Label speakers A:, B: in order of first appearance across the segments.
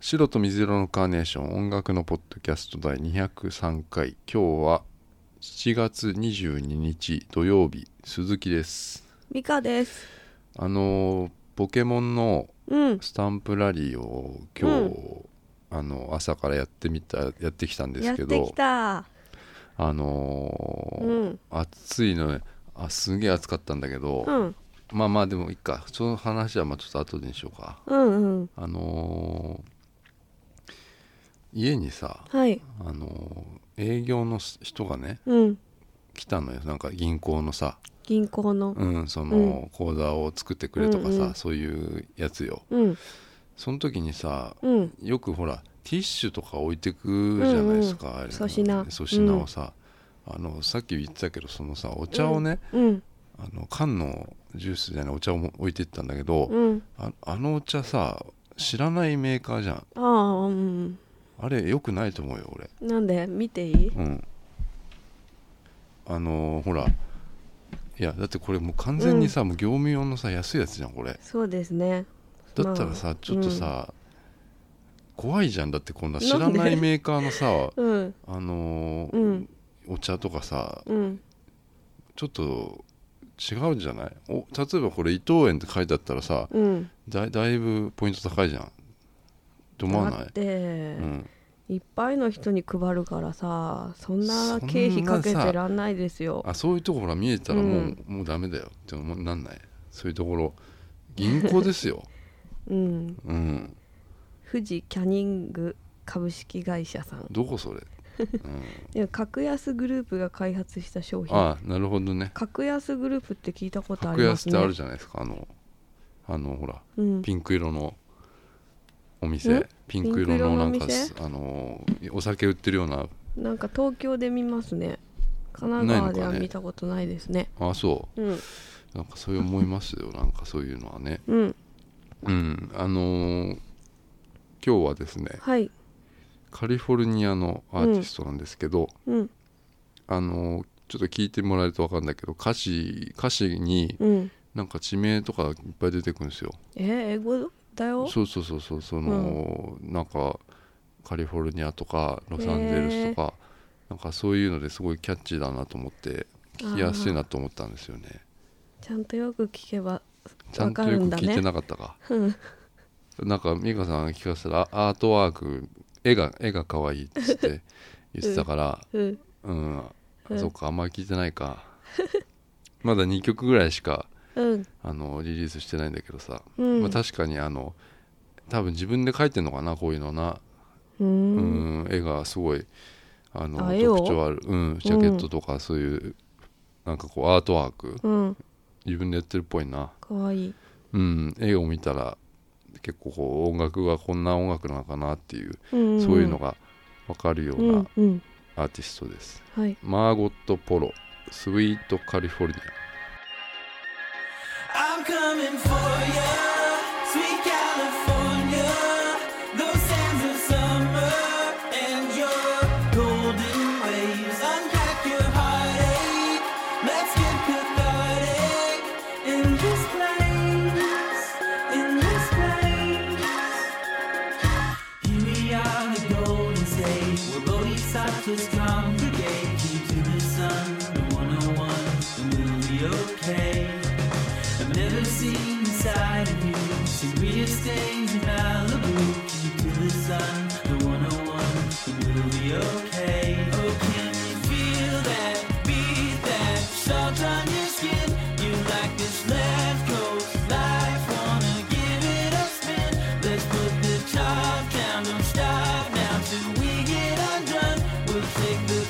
A: 白と水色のカーネーション音楽のポッドキャスト第203回今日は7月22日土曜日鈴木です
B: ミカです。
A: あのーポケモンの
B: うん。
A: スタンプラリーを今日、
B: う
A: あの朝からやってみたやってきたんで
B: や
A: すけ
B: ってき
A: ど
B: た。
A: あの
B: う
A: ー
B: ん。
A: 暑いのねあすげえ暑かったんだけど、
B: うん。
A: まあまあでもいいかその話はまあちょっと後でにしようか
B: うんうん。
A: あのー家にさ、
B: はい。
A: あのー営業の人がね
B: うん。
A: 来たのよなんか銀行のさ、
B: 銀行の。
A: うん、そ
B: うん
A: の口座を作ってくれとかさ、
B: うんうん
A: そういうやつよ
B: うん。
A: その時にさ
B: うん。
A: よくほらティッシュとか置いてくじゃないですか、あれ
B: 粗品
A: 粗品をさ、あのさっき言ってたけどそのさお茶をね、
B: うん。
A: あの缶のジュースじゃないお茶を置いてったんだけど、
B: うん。
A: ああのお茶さ知らないメーカーじゃん
B: ああ、うん。
A: あれ良くないと思うよ俺
B: なんで見ていい
A: うんあのーほらいやだってこれもう完全にさ、もう業務用のさ安いやつじゃんこれ
B: そうですね。
A: だったら
B: ま
A: さ
B: あ
A: ちょっとさ、怖いじゃんだってこんな知ら
B: なん
A: な
B: で
A: いメーカーのさ
B: あ。うん。
A: あのー
B: うん。
A: お茶とかさ
B: うん。
A: ちょっと違うじゃないお例えばこれ伊藤園って書いてあったらさ
B: うん。
A: だだいぶポイント高いじゃんと思わ
B: だ
A: な
B: っ
A: い、
B: て
A: う、ん、
B: いっぱいの人に配るからさ、そ
A: そ
B: ん
A: ん
B: な
A: なさ
B: 経費かけてらんないですよ。
A: あそういうところが見えたらもう,、
B: うん
A: もうダメだよって思うなんないそういうところ銀行です よ
B: うん。
A: うん
B: 富士キャニング株式会社さん。
A: どこそれ、 うん、
B: で格安グループが開発した商品。
A: あなるほどね
B: 格安グループって聞いたことあ
A: 格
B: りま
A: 安
B: す
A: っ
B: ね。
A: てあるじゃないですかあのあのほら
B: うん、
A: ピンク色のお店
B: ん
A: ピンク色のなん
B: ピン
A: か
B: ク色のお店
A: すあのお酒売ってるような
B: なんか東京で見ますね。神奈川では見たことないですね。
A: あそ
B: うん、
A: うなんかそういう思いますよなんかそういうのはね
B: うん、
A: うんあのー今日はですね
B: はい、
A: カリフォルニアのアーティストなんですけど、
B: うん、
A: あのちょっと聞いてもらえると分かるんだけど歌詞歌詞に
B: うん。
A: なんか地名とかいっぱい出てくるんですよ
B: えー、英語だよ。
A: そうそうそうそうその、なんかカリフォルニアとかロサンゼルスとか、なんかそういうのですごいキャッチーだなと思って聞きやすいなと思ったんですよね
B: ちゃんとよく聞けば。
A: ちゃんと
B: わか
A: よ
B: る
A: く
B: んだね
A: 聞いてなかったか
B: うん、
A: なんか美香さんが聞かせたらあアートワーク絵が絵が可愛いっつって言ってたから、
B: うん、
A: うん、
B: うん
A: そっかあんまり聞いてないか まだ2曲ぐらいしか
B: うん、
A: あのリリースしてないんだけどさ、
B: うん。
A: まあ、確かにあの多分自分で描いてんのかなこういうのな、
B: う、
A: うんん、絵がすごいあの
B: あ絵を
A: 特徴ある、うん、ジャケットとかそういう、なんかこうアートワーク
B: うん、
A: 自分でやってるっぽいな、
B: 可愛いい。
A: うん、絵を見たら結構こう音楽がこんな音楽なのかなっていう、
B: うん、
A: そういうの。が分かるよ
B: う
A: うんな、
B: うん、
A: アーティストです、
B: はい。
A: マーゴット・ポロスウィート・カリフォルニア
C: I'm coming for ya, sweet California. Those sands of summer and your golden waves. Unpack your heartache. Let's get cathartic in this place. In this place. Here we are, the Golden State, where bodhisattvas congregate. Keep to the sun, the 101, and we'll be okay. I've never seen the side of you since we have stayed in Malibu. Keep to the sun, the 101, and we'll be okay. Oh, can you feel that beat, that salt on your skin? You like this left coast life, wanna give it a spin. Let's put the top down, don't stop now till we get undone. We'll take the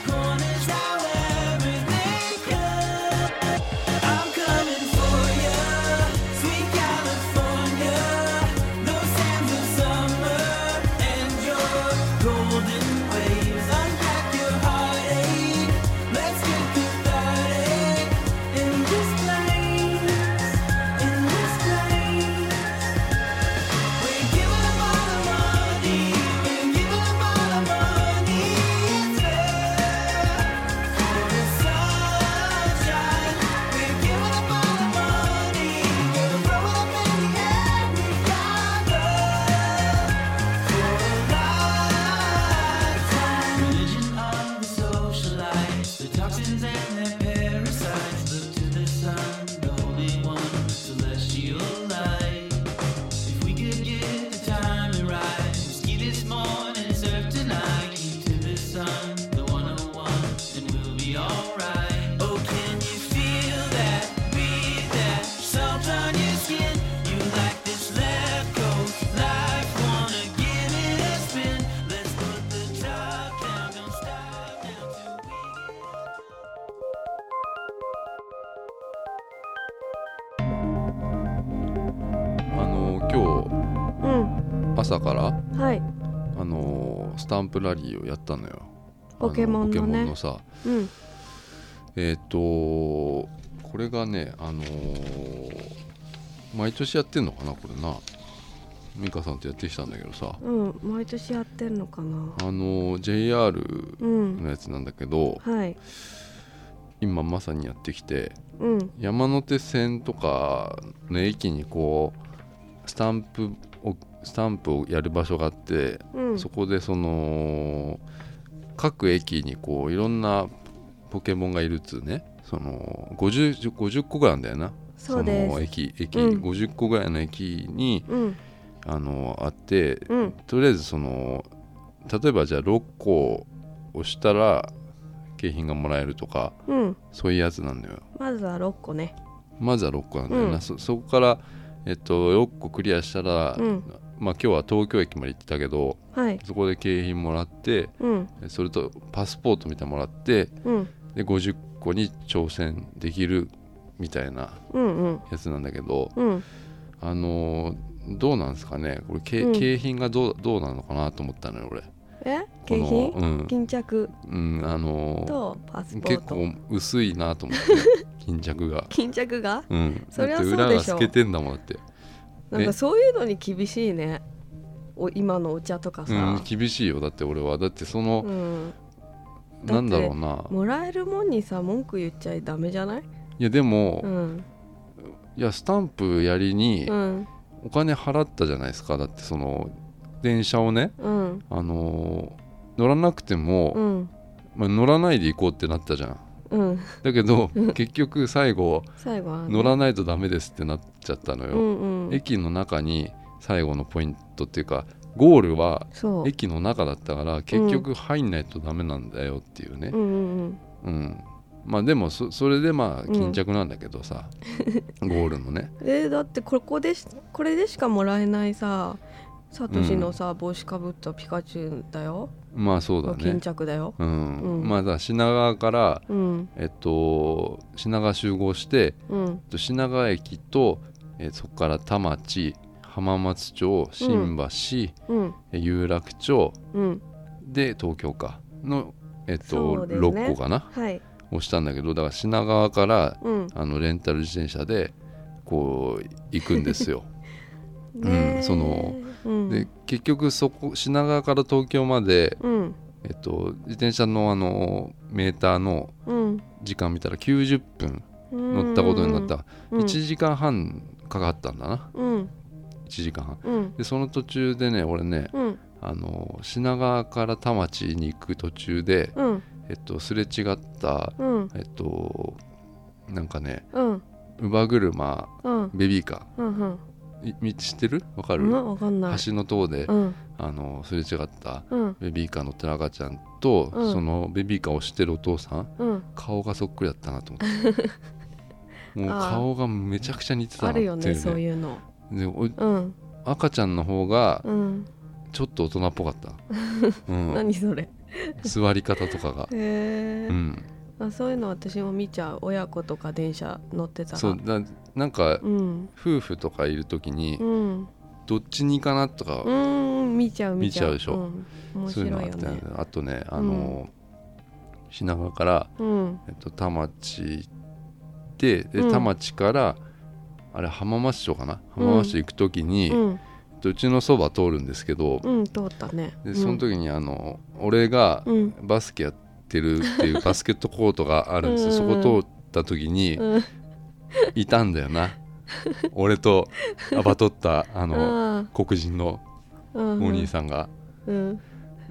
C: Oh,
A: 朝から、
B: はい
A: あのースタンプラリーをやったのよ
B: ポケモンのね
A: あポケモンのさ
B: うん
A: えっ、とこれがねあのー毎年やってんのかなこれな美香さんとやってきたんだけどさ
B: うん毎年やってんのかな
A: あのー JR
B: うん
A: のやつなんだけど
B: はい
A: 今まさにやってきて
B: うん
A: 山手線とかの駅にこうスタンプをスタンプをやる場所があって、
B: うん
A: そこでその各駅にこういろんなポケモンがいるっつうねその 50, 50個ぐらいなんだよな
B: そうです
A: の駅駅、
B: うん
A: 50個ぐらいの駅に
B: うん
A: あのあって、
B: うん
A: とりあえずその例えばじゃあ6個押したら景品がもらえるとか
B: うん
A: そういうやつなんだよ
B: まずは6個ね
A: まずは6個なんだよな、
B: うん
A: そそこから、えっと、6個クリアしたら、
B: うん
A: まあ、今日は東京駅まで行ってたけど
B: はい
A: そこで景品もらって
B: うん
A: それとパスポートみたいなのもらって
B: うん
A: で50個に挑戦できるみたいな
B: うんうん
A: やつなんだけど、
B: うん
A: あのーどうなんですかねこれけ、
B: うん
A: 景品がどうどうなのかなと思ったのよ俺
B: え
A: こ
B: 景
A: の
B: 品
A: うん、
B: 巾着
A: うん、あのー
B: とパスポ
A: 結
B: ート
A: 構薄いなと思って巾着が、
B: 巾着が
A: うん、
B: そりゃ
A: だって
B: そう
A: 裏
B: で
A: が
B: しょ
A: 透けてんだもんだって
B: なん
A: え
B: かそういうのに厳しいねお今のお茶とか
A: う
B: さ
A: ん、、厳しいよだって俺はだってその
B: う、ん、だって
A: なんだろうな
B: もらえるもんにさ文句言っちゃダメじゃない
A: いやでも、
B: うん
A: いやスタンプやりに
B: うん
A: お金払ったじゃないですかだってその電車をね
B: うん
A: あのー乗らなくても、
B: うん
A: まあ、乗らないで行こうってなったじゃん
B: うん
A: だけど結局最後
B: 最後は、ね、
A: 乗らないとダメですってなっちゃったの
B: う
A: よ、
B: んうん
A: 駅の中に最後のポイントっていうかゴールは
B: そう
A: 駅の中だったから結局入んないとダメなんだよっていうね、
B: うんうん
A: うん、まあでもそそれでまあ
B: うん
A: 巾着なんだけど さ、ゴールのね
B: うんえーだってここでしこれでしかもらえないさサトシのさ、帽子かぶったピカチュウだよ
A: まあそうだね
B: 巾、着だよ
A: うん
B: うん
A: まあだから品川から、
B: うん
A: えっと、品川集合して
B: うん
A: えっと品川駅と、えーそこから田町浜松町新橋、
B: うん
A: え有楽町
B: うん
A: で東京かの、えっ
B: そ
A: と
B: うですね
A: 6個かな
B: はい
A: をしたんだけどだから品川から
B: うん
A: あのレンタル自転車でこう行くんです よ。
B: ねえ
A: その
B: うん
A: で結局そこ品川から東京まで、
B: うん
A: えっと、自転車のあのメーターの
B: うん
A: 時間見たら90分乗
B: 乗
A: ったことになった、
B: うん
A: 1時間半かかったんだな
B: うん
A: 1時間半
B: うん
A: でその途中でね俺ね
B: うん
A: あの品川から田町に行く途中で、
B: うん
A: えっと、すれ違った
B: うん
A: えっとなんかね
B: うん
A: 乳母車
B: うん
A: ベビーカ
B: うんうん
A: ーいみ知ってるわかる、
B: うんわかんない
A: 橋の塔で、
B: うん
A: あのすれ違った
B: うん
A: ベビーカー乗ってる赤ちゃんと、
B: うん
A: そのベビーカーを押してるお父さん
B: うん
A: 顔がそっくりだったなと思って もう
B: あー
A: 顔がめちゃくちゃ似てたな
B: あ
A: って
B: る
A: い
B: よ
A: う、
B: ね
A: ね
B: そういうの
A: でお
B: うん
A: 赤ちゃんの方が
B: うん
A: ちょっと大人っぽか った、うん、
B: 何それ
A: 座り方とかが
B: へ、え
A: うん、
B: あそういうの私も見ちゃう親子とか電車乗ってたら
A: そうだなんか
B: うん
A: 夫婦とかいる時に
B: うん
A: どっちにかなとか、
B: うん見ちゃう
A: 見ちゃう
B: 見
A: でしょ
B: うん面
A: そういうのあ
B: 白い
A: っ
B: よ
A: たよ
B: ね
A: ねあとねあの、品川から
B: うん
A: えっと、田町行ってで
B: うん
A: 田町から、あれ浜松町かな
B: うん
A: 浜松町行く時に、
B: う
A: うんうちのそば通るんですけど、
B: うん通ったね
A: でその時にあの俺が
B: うん
A: バスケやってるっていうバスケットコートがあるんですよ、
B: うんうん
A: そこ通った時に
B: うん
A: いたんだよ な俺とアバ取ったあ
B: う
A: の
B: ん
A: 黒人の
B: う
A: お
B: ん
A: 兄さんが、
B: うん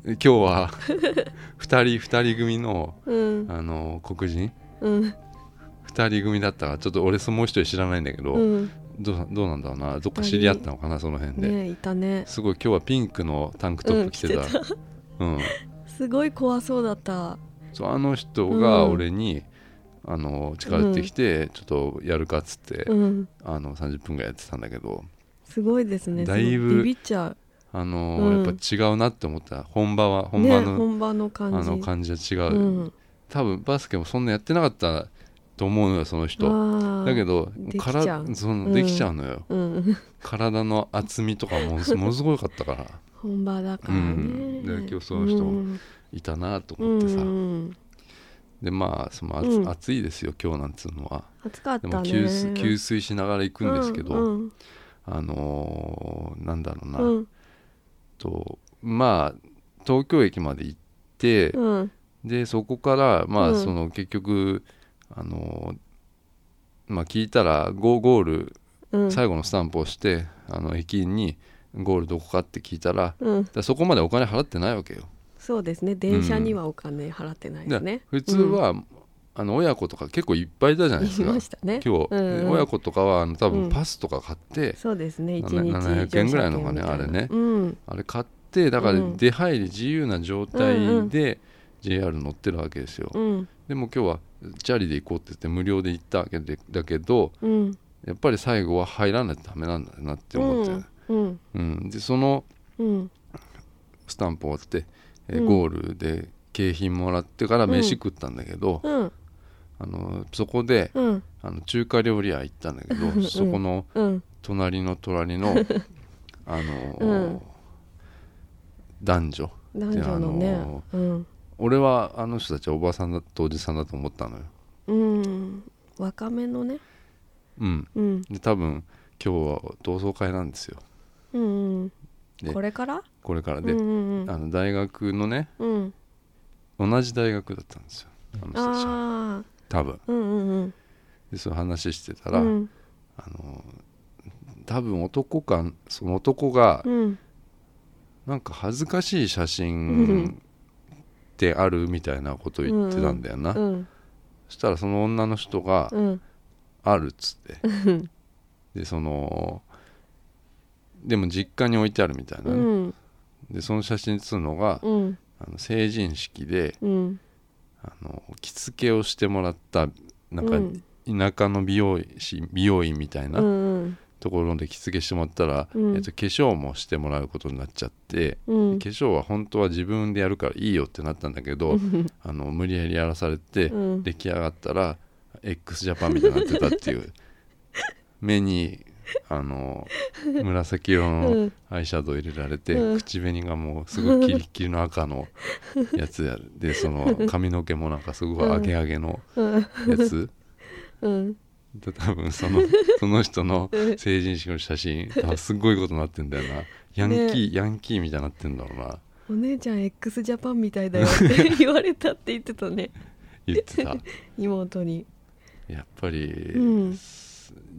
A: で今日 は2人2人組の
B: うん
A: あの黒人
B: うん
A: 2人組だったからちょっと俺そもう一人知らないんだけど、
B: うん
A: どうなどうなんだろうなどっか知り合ったのかなその辺で、
B: ねいたね
A: すごい今日はピンクのタンクトップ着てた,、
B: う
A: うんん
B: 着すごい怖そうだった
A: そうあの人が
B: うん
A: 俺に、あの近寄ってきて、ちょっとやるかっつって、
B: うん
A: あの30分ぐらいやってたんだけど
B: すごいですね
A: だいぶ
B: すごビビっちゃ
A: あの、
B: うん
A: やっぱ違うなって思った本場は
B: う
A: 本場
B: ね、
A: の,、
B: 本場の
A: あ
B: 感じ
A: の感じは違う、
B: うん
A: 多分バスケもそんなやってなかったと思うのよその人だけ
B: ど、
A: ど
B: できちゃう
A: からそうの
B: ん
A: できちゃうのよ、
B: うん、
A: 体の厚みとかもものすごかったから
B: 本場だからね、
A: うんで競争の人も
B: うん
A: いたなと
B: う
A: 思ってさ、
B: ん、
A: でまあその暑,、
B: うん
A: 暑いですよ今日なんつうのは
B: 暑かっ
A: で
B: た
A: も
B: ね
A: 給水給水しながら行くんですけど、
B: うんうん
A: あのーなんだろうな、
B: うん
A: とまあ東京駅まで行って、
B: うん
A: でそこからまあ
B: うん
A: その結局、あのまあ聞いたらゴゴール
B: うん、
A: 最後のスタンプをして、あの駅員にゴールどこかって聞いたらだか
B: うん、
A: らそこまでお金払ってないわけよ
B: そうですね電車にはお金払ってないですね
A: で、普通は、あの親子とか結構いっぱいいたじゃ
B: う
A: なんいで
B: 言
A: す
B: い
A: か
B: ましたね
A: 今日、
B: うんうん
A: 親子とかはあの多
B: う
A: 分
B: ん
A: パスとか買って、
B: そうですね
A: な
B: 一日
A: 700円ぐらいのがね
B: 乗車券みたいな
A: あれね
B: うん
A: あれ買ってだから
B: うん
A: 出入り自由な状
B: うんう
A: 態
B: ん
A: で JR 乗ってるわけですよ、
B: うん
A: でも今日はチャリで行こうって言って無料で行ったわけでだけど
B: うん
A: やっぱり最後は入らないとダメなんだなって思って、
B: うん
A: うんでその
B: うん
A: スタンプ終わって、えー
B: うん
A: ゴールで景品もらってから飯
B: うん
A: 食ったんだけど、
B: うん
A: あのそこで
B: うん
A: あの中華料理屋行ったんだけど、
B: うん
A: そこの
B: うん
A: 隣の隣 のあのー、
B: うん
A: 男女
B: 男女の
A: であ
B: ね
A: の
B: うん
A: 俺はあの人たちはおばさんだとおじさんだと思ったのよ、
B: うん若めのね
A: うん、
B: うん
A: で多分今日は同窓会なんですよ
B: うんう
A: で
B: んこれから
A: これから
B: うん
A: で、
B: うんうん
A: あの大学のね
B: うん
A: 同じ大学だったんですよあの人たちは
B: ああ
A: 多分
B: うんうん
A: でそういう話してた
B: う
A: ら、
B: ん
A: あの多分男かその男が
B: うん
A: なんか恥ずかしい写
B: う
A: 真
B: ん
A: であるみたいなことを言ってたんだよな、
B: うん
A: そしたらその女の人が
B: うん
A: 「ある」っつって
B: うん
A: でそのでも実家に置いてあるみたいな
B: う
A: ね、
B: ん
A: でその写真っつうのが、
B: うん
A: あの成人式で
B: うん
A: あの着付けをしてもらったな
B: うんん
A: か田舎の美容師美容院みたいな、
B: うん
A: ところで着付けしてもらったら、
B: うん
A: えっと、化粧もしてもらうことになっちゃって、
B: うん
A: 化粧は本当は自分でやるからいいよってなったんだけど、あの無理やりやらされて、
B: うん
A: 出来上がったら x ジャパンみたいになってたっていう 目にあの紫色
B: う
A: の
B: ん
A: アイシャドウ入れられて、
B: うん
A: 口紅がもうすごいキリッキリの赤のやつやでその髪の毛もなんかすごいアゲアゲの
B: うん
A: やつ。
B: うん
A: で多分そのその人の成人式の写真多分すごいことになってんだよなヤンキー、ヤンキーみたいになってんだろうな
B: お姉ちゃん x ジャパンみたいだよって言われたって言って たね
A: 言ってた
B: 妹に
A: やっぱり、
B: うん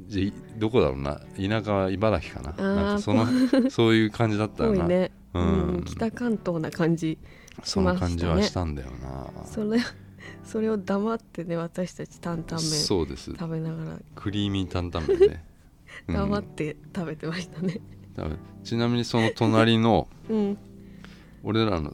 A: じどこだろうな田舎は茨城かな
B: あー
A: なんかその そういう感じだった
B: 多
A: よ
B: い
A: な、
B: ね、
A: う
B: うんん北関東な感じ
A: その感じはしたんだよな、
B: それそれを黙ってね私たち担々麺食
A: そうです
B: べなが
A: クリーミー担々麺 ね、う
B: ら黙っ
A: ん、
B: て食べてましたね
A: 多分ちなみにその隣の
B: うん
A: 俺らの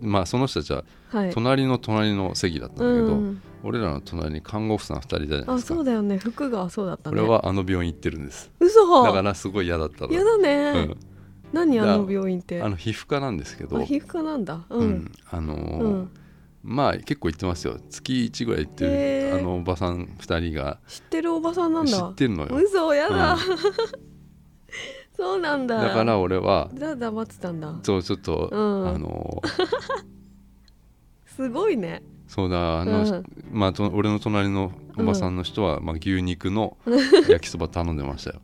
A: まあその人たちは
B: はい
A: 隣の隣の席だったんだけど、
B: うん、
A: 俺らの隣に看護婦さん2人いたじゃないで
B: あ
A: すか
B: そうだよね服がそうだったね
A: 俺はあの病院行ってるんです
B: 嘘
A: だからすごい嫌だったの
B: やだ
A: う
B: ね、
A: ん、
B: 何あの病院って
A: あ
B: あ
A: の皮膚科なんですけど
B: 皮膚科なんだう
A: うんんあのー
B: うん
A: まあ結構行ってますよ月1ぐらい行って
B: へ
A: る
B: ー
A: あのおばさん2人が
B: 知ってるおばさんなん
A: 知
B: だ
A: ってるのよ
B: 嘘やだ、
A: うん
B: そうなんだ
A: だから俺は
B: じゃあ黙ってたんだ
A: そうちょっと、
B: うん
A: あのー
B: すごいね
A: そうだあの、
B: うん
A: まあと俺の隣のおばさんの人は、まあ、牛肉 の焼きそば頼んでましたよ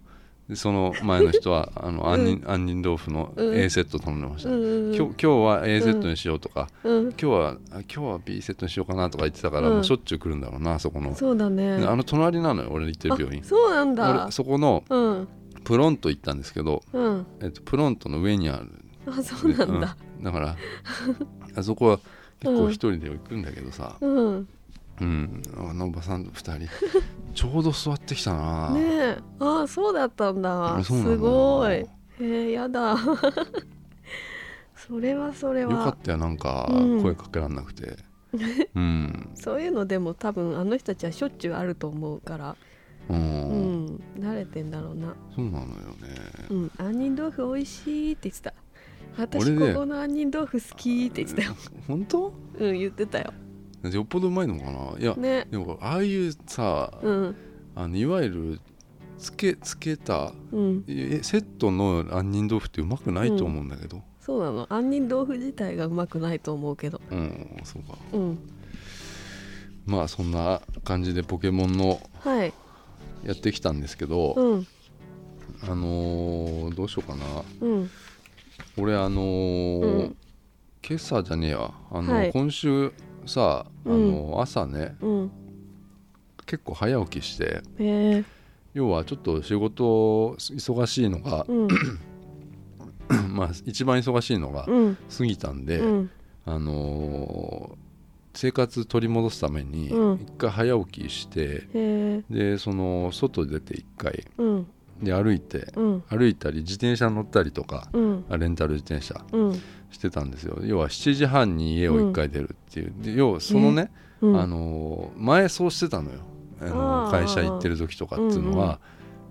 A: でその前の人はあの杏仁、杏仁豆腐の
B: うん
A: A セット頼んでました、
B: うんうんうん
A: 今日今日は A セットにしようとか、
B: うん
A: 今日はあ今日は B セットにしようかなとか言ってたから、
B: うん
A: もうしょっちゅう来るんだろうなあそこの、
B: そうだね
A: あの隣なのよ俺の行ってる病院
B: あそうなんだ
A: 俺そこの
B: うん
A: プロント行ったんですけど、
B: うん
A: えっと、プロントの上にあるで
B: あそうなんだ
A: うんだからあそこは結構
B: うん
A: 一人で行くんだけどさ、
B: うん
A: うん、あのおばさんと2人ちょうど座ってきたな、
B: ねえあそうだったんだ
A: あそうなの
B: すごいへえやだ それはそれ
A: よか
B: は
A: ったよなんか
B: うん
A: 声かけらんなく てうん、
B: そういうのでも多分あの人たちはしょっちゅうあると思うから
A: う
B: うんん慣れてんだろうな
A: そうなのよね
B: うん杏仁豆腐美味しいって言ってた私
A: 俺ね
B: ここの杏仁豆腐好きって言ってたよ
A: 本当
B: うん言ってたよ
A: よっぽどうまいのかないや、
B: ね
A: でもああいうさ
B: うん
A: あのいわゆるつけつけた
B: うん
A: えセットの杏仁豆腐ってうまくないと思うんだけど
B: そうなの杏仁豆腐自体がうまくないと思うけど
A: うん、そうか
B: うん
A: まあそんな感じでポケモンの
B: はい
A: やってきたんですけど、
B: うん
A: あのーどうしようかな
B: うん
A: 俺あのー
B: うん
A: 今朝じゃねえやあの、
B: はい
A: 今週さあのー朝ね
B: うん
A: 結構早起きして
B: へえ
A: 要はちょっと仕事忙しいのが
B: う、ん
A: まあ一番忙しいのが
B: うん
A: 過ぎたんで、
B: うん
A: あのー生活取り戻すために
B: うん
A: 一回早起きして、
B: へえ
A: でその外出て一回
B: うん
A: で歩いて
B: うん
A: 歩いたり自転車乗ったりとか
B: うん
A: あレンタル自転車
B: うん
A: してたんですよ要は7時半に家を1回出るっていう、で要はそのね、
B: うん
A: あのー前そうしてたのよあの
B: あー
A: ー会社行ってる時とかっていうのは、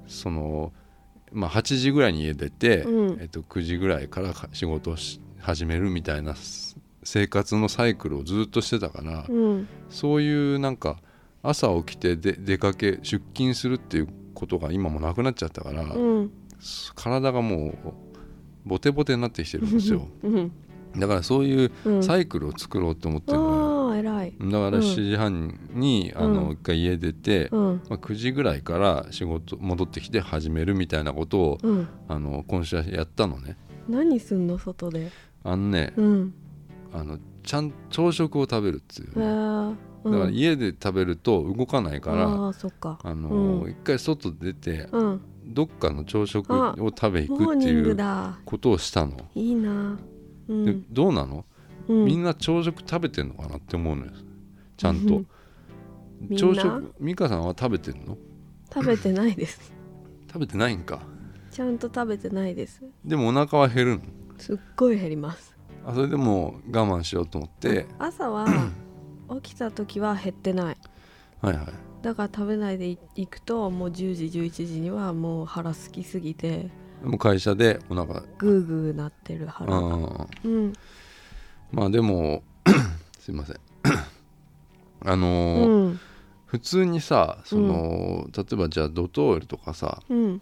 A: その、まあ、8時ぐらいに家出て、
B: うん
A: えっと、9時ぐらいからか仕事をし始めるみたいなす生活のサイクルをずっとしてたから、
B: うん
A: そういうなんか朝起きてで出かけ出勤するっていうことが今もなくなっちゃったから、
B: うん
A: 体がもうボテボテになってきてるんですよ
B: うん
A: だからそういう
B: うん
A: サイクルを作ろうと思ってるのよ、
B: ああ偉い
A: だから
B: うん
A: 7時半に、あ
B: うん
A: の一回家出て、
B: うん
A: まあ、9時ぐらいから仕事戻ってきて始めるみたいなことを
B: うん
A: あの今週はやったのね
B: 何すんの外で
A: あのね、
B: うん
A: あのちゃん朝食を食べるっていう
B: へえ
A: ね、
B: うん
A: だから家で食べると動かないから、
B: ああそっか
A: あの
B: うん
A: 一回外出て
B: うん
A: どっかの朝食
B: あ
A: を食べ行
B: モー
A: くって
B: ニ
A: い
B: ング
A: う
B: だ
A: ことをしたの、
B: いいなう
A: で
B: ん
A: どうなの
B: うん
A: みんな朝食食べてんのかなって思うのよちゃん
B: う
A: と
B: んみんな
A: 朝食美香さんは食べてんの
B: 食べてないです
A: 食べてないんか
B: ちゃんと食べてないです
A: でもお腹は減るの
B: すっごい減ります
A: あそれでもう我慢しようと思って
B: 朝は起きた時は減ってない
A: はいはい
B: だから食べないでい行くともう10時11時にはもう腹すきすぎて
A: でも会社でお腹
B: グーグーなってる腹が
A: あ
B: うん
A: まあでも すいませんあ
B: う
A: のー
B: ん
A: 普通にさその、例えばじゃあドトールとかさ
B: うん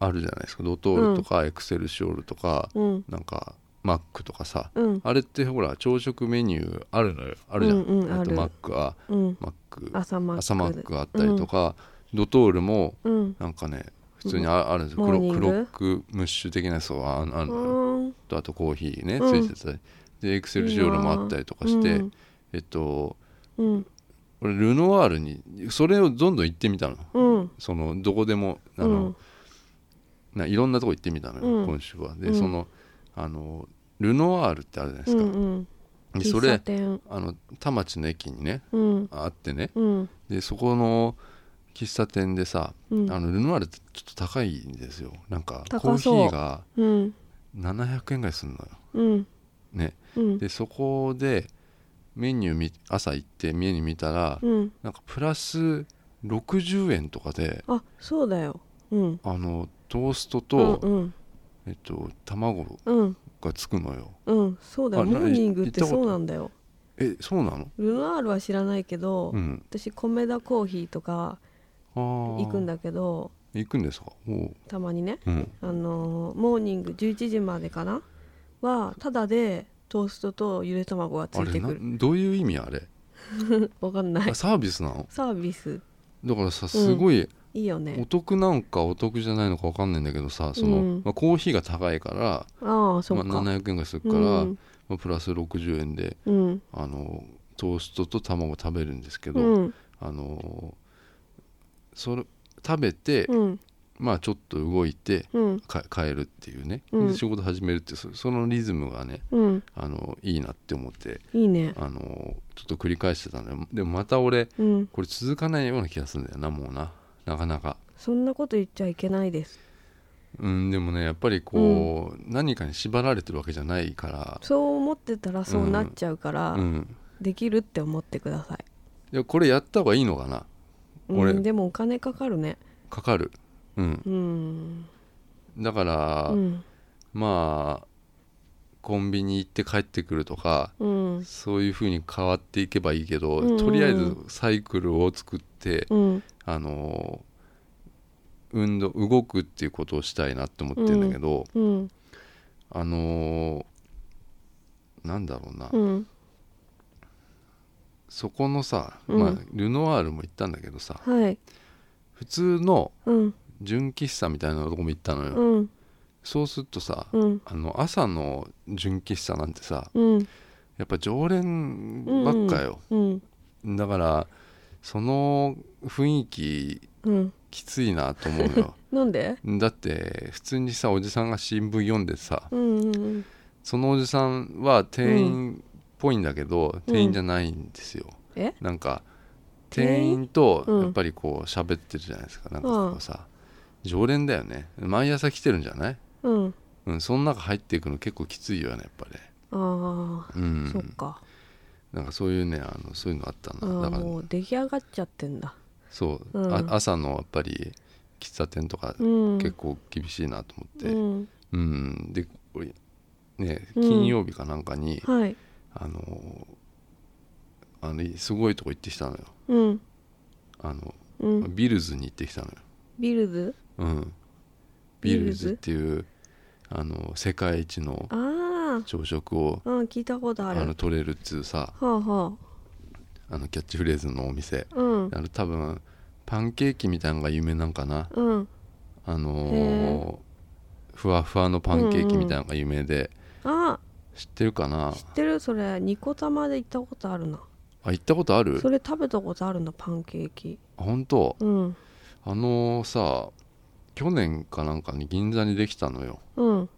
A: あるじゃないですかドトールとかエクセルシオールとか、
B: うん
A: なんかマックとかさ
B: うん
A: あれってほら朝食メニューあるのよあるじゃん、
B: うんうん
A: あ
B: あ
A: と
B: る
A: マックは
B: うん
A: マック
B: 朝マック
A: 朝マックあったりとか、ドトールも
B: うん
A: なんかね普通にああるんですよ、
B: モーニン
A: ク
B: グ
A: ロクロックムッシュ的なやつはあある
B: う
A: のよ
B: ん
A: とあとコーヒーねつ
B: うん
A: いてたり、でエクセルシオールもあったりとかして、
B: うん
A: えっと
B: うん
A: 俺ルノワールにそれをどんどん行ってみたの
B: うん
A: そのどこでもあ
B: う
A: の、
B: ん
A: ないろんなとこ行ってみたのよ、
B: うん
A: 今週はで、
B: うん
A: そのあのルノワールってあるじゃないです
B: う
A: か、
B: んうん
A: でそ
B: 喫茶
A: れ
B: 店
A: あの田町の駅にね
B: うん
A: あってね
B: うん
A: でそこの喫茶店でさ、
B: うん
A: あのルノアールってちょっと高いんですよなんかコー
B: 高
A: ヒ
B: そう
A: ーが
B: うん
A: 700円ぐらいするのよ、
B: うん
A: ね、
B: うん
A: でそこでメニュー見朝行ってメニュー見たら、
B: うん
A: なんかプラス60円とかで
B: あそうだようん
A: あのトーストと、
B: うん
A: えっと、卵
B: うんうん
A: がつくのよ
B: うんそうだよ
A: あ
B: モーニングっ
A: い
B: て
A: 行ったこ
B: そ
A: と
B: うなんだよ
A: えそうなの
B: ルノアールは知らないけど、
A: うん
B: 私米田コーヒーとか
A: あー
B: 行くんだけど
A: 行くんですかおう
B: たまにね
A: うん
B: あのーモーニング11時までかなはただでトーストとゆで卵がつ
A: あ
B: い
A: れ
B: て
A: な
B: くる
A: どういう意味あれ、
B: わかんない
A: あサービスなの
B: サービス
A: だからさすごい、
B: いいよね
A: お得なんかお得じゃないのか分かんないんだけどさその、
B: うん
A: まあ、コーヒーが高いから、
B: ああそ
A: ま
B: っ
A: あ、
B: か、
A: 700円ぐらいするから、
B: うん
A: まあ、プラス60円で
B: うん
A: あのトーストと卵食べるんですけど、
B: うん
A: あのそれ食べて、
B: うん
A: まあちょっと動いて
B: うん
A: か帰るっていうね、
B: うん
A: で仕事始めるってそそのリズムがね
B: うん
A: あのいいなって思って
B: いいね
A: あのちょっと繰り返してたのよでもまた俺
B: うん
A: これ続かないような気がするんだよなもうななかなか。
B: そんなこと言っちゃいけないです
A: うん、でもねやっぱりこう、何かに縛られてるわけじゃないか
B: そう思ってたらそうなっちゃうから、
A: ら、うん、
B: できるって思ってください、
A: いやこれやった方がいいのかな
B: うん
A: 俺
B: でもお金かかるね
A: かかる、うん、
B: うん
A: だから、
B: うん
A: まあコンビニ行って帰ってくるとか
B: うん
A: そういうふうに変わっていけばいいけど、
B: うんうん
A: とりあえずサイクルを作って、
B: うん
A: あの運動動くっていうことをしたいなって思ってるんだけど、
B: うん
A: あのなんだろうな、
B: うん
A: そこのさ、
B: うん
A: まあ、ルノワールも行ったんだけどさ
B: はい
A: 普通の
B: うん
A: 純喫茶みたいなとこも行ったのよ、
B: うん
A: そうするとさ、
B: うん
A: あの朝の純喫茶なんてさ
B: うん
A: やっぱ常連ばっかよ、
B: うん
A: だからその雰囲気
B: うん
A: きついなと思うよ
B: なんで
A: だって普通にさおじさんが新聞読んでさ
B: うんうん
A: そのおじさんは店員っぽいんだけど、
B: うん
A: 店員じゃないんですよ
B: え
A: なんか
B: 店員
A: 店員と
B: うん
A: やっぱりこう喋ってるじゃないですか、なんかこうさ常連だよね毎朝来てるんじゃない
B: うん
A: うんその中入っていくの結構きついよねやっぱり
B: あ
A: う
B: あそっ
A: ん
B: か
A: なんかそういうねあのそういうのあった
B: あ
A: なだ
B: あ
A: から
B: もう出来上がっちゃってんだ
A: そう、
B: うん
A: あ朝のやっぱり喫茶店とか
B: うん
A: 結構厳しいなと思って、
B: うん
A: うんでこれね
B: うん
A: 金曜日かなんかに、
B: はい
A: あのーあのすごいとこ行ってきたのよ
B: うん
A: あの、
B: うん
A: ビルズに行ってきたのよ、
B: ビルズ
A: うん、ビ
B: ビ
A: ル
B: ル
A: ズっ
B: ズ
A: ていうあの世界一の
B: ああ
A: 朝食を
B: あ聞いたことあ
A: あ
B: る
A: の取れるっつうさ
B: はあは
A: あのキャッチフレーズのお店
B: あうん
A: あの多分パンケーキみたいなのが有名なんかな
B: うん
A: あ
B: へ
A: のーふわふわのパンケーキみたいなのが有名で、
B: あ
A: 知ってるかな
B: 知ってるそれニコ玉で行ったことあるな
A: あ行ったことある
B: それ食べたことあるのパンケーキ
A: あ本当
B: うん
A: あのーさ去年かなんかに銀座にできたのよ
B: うん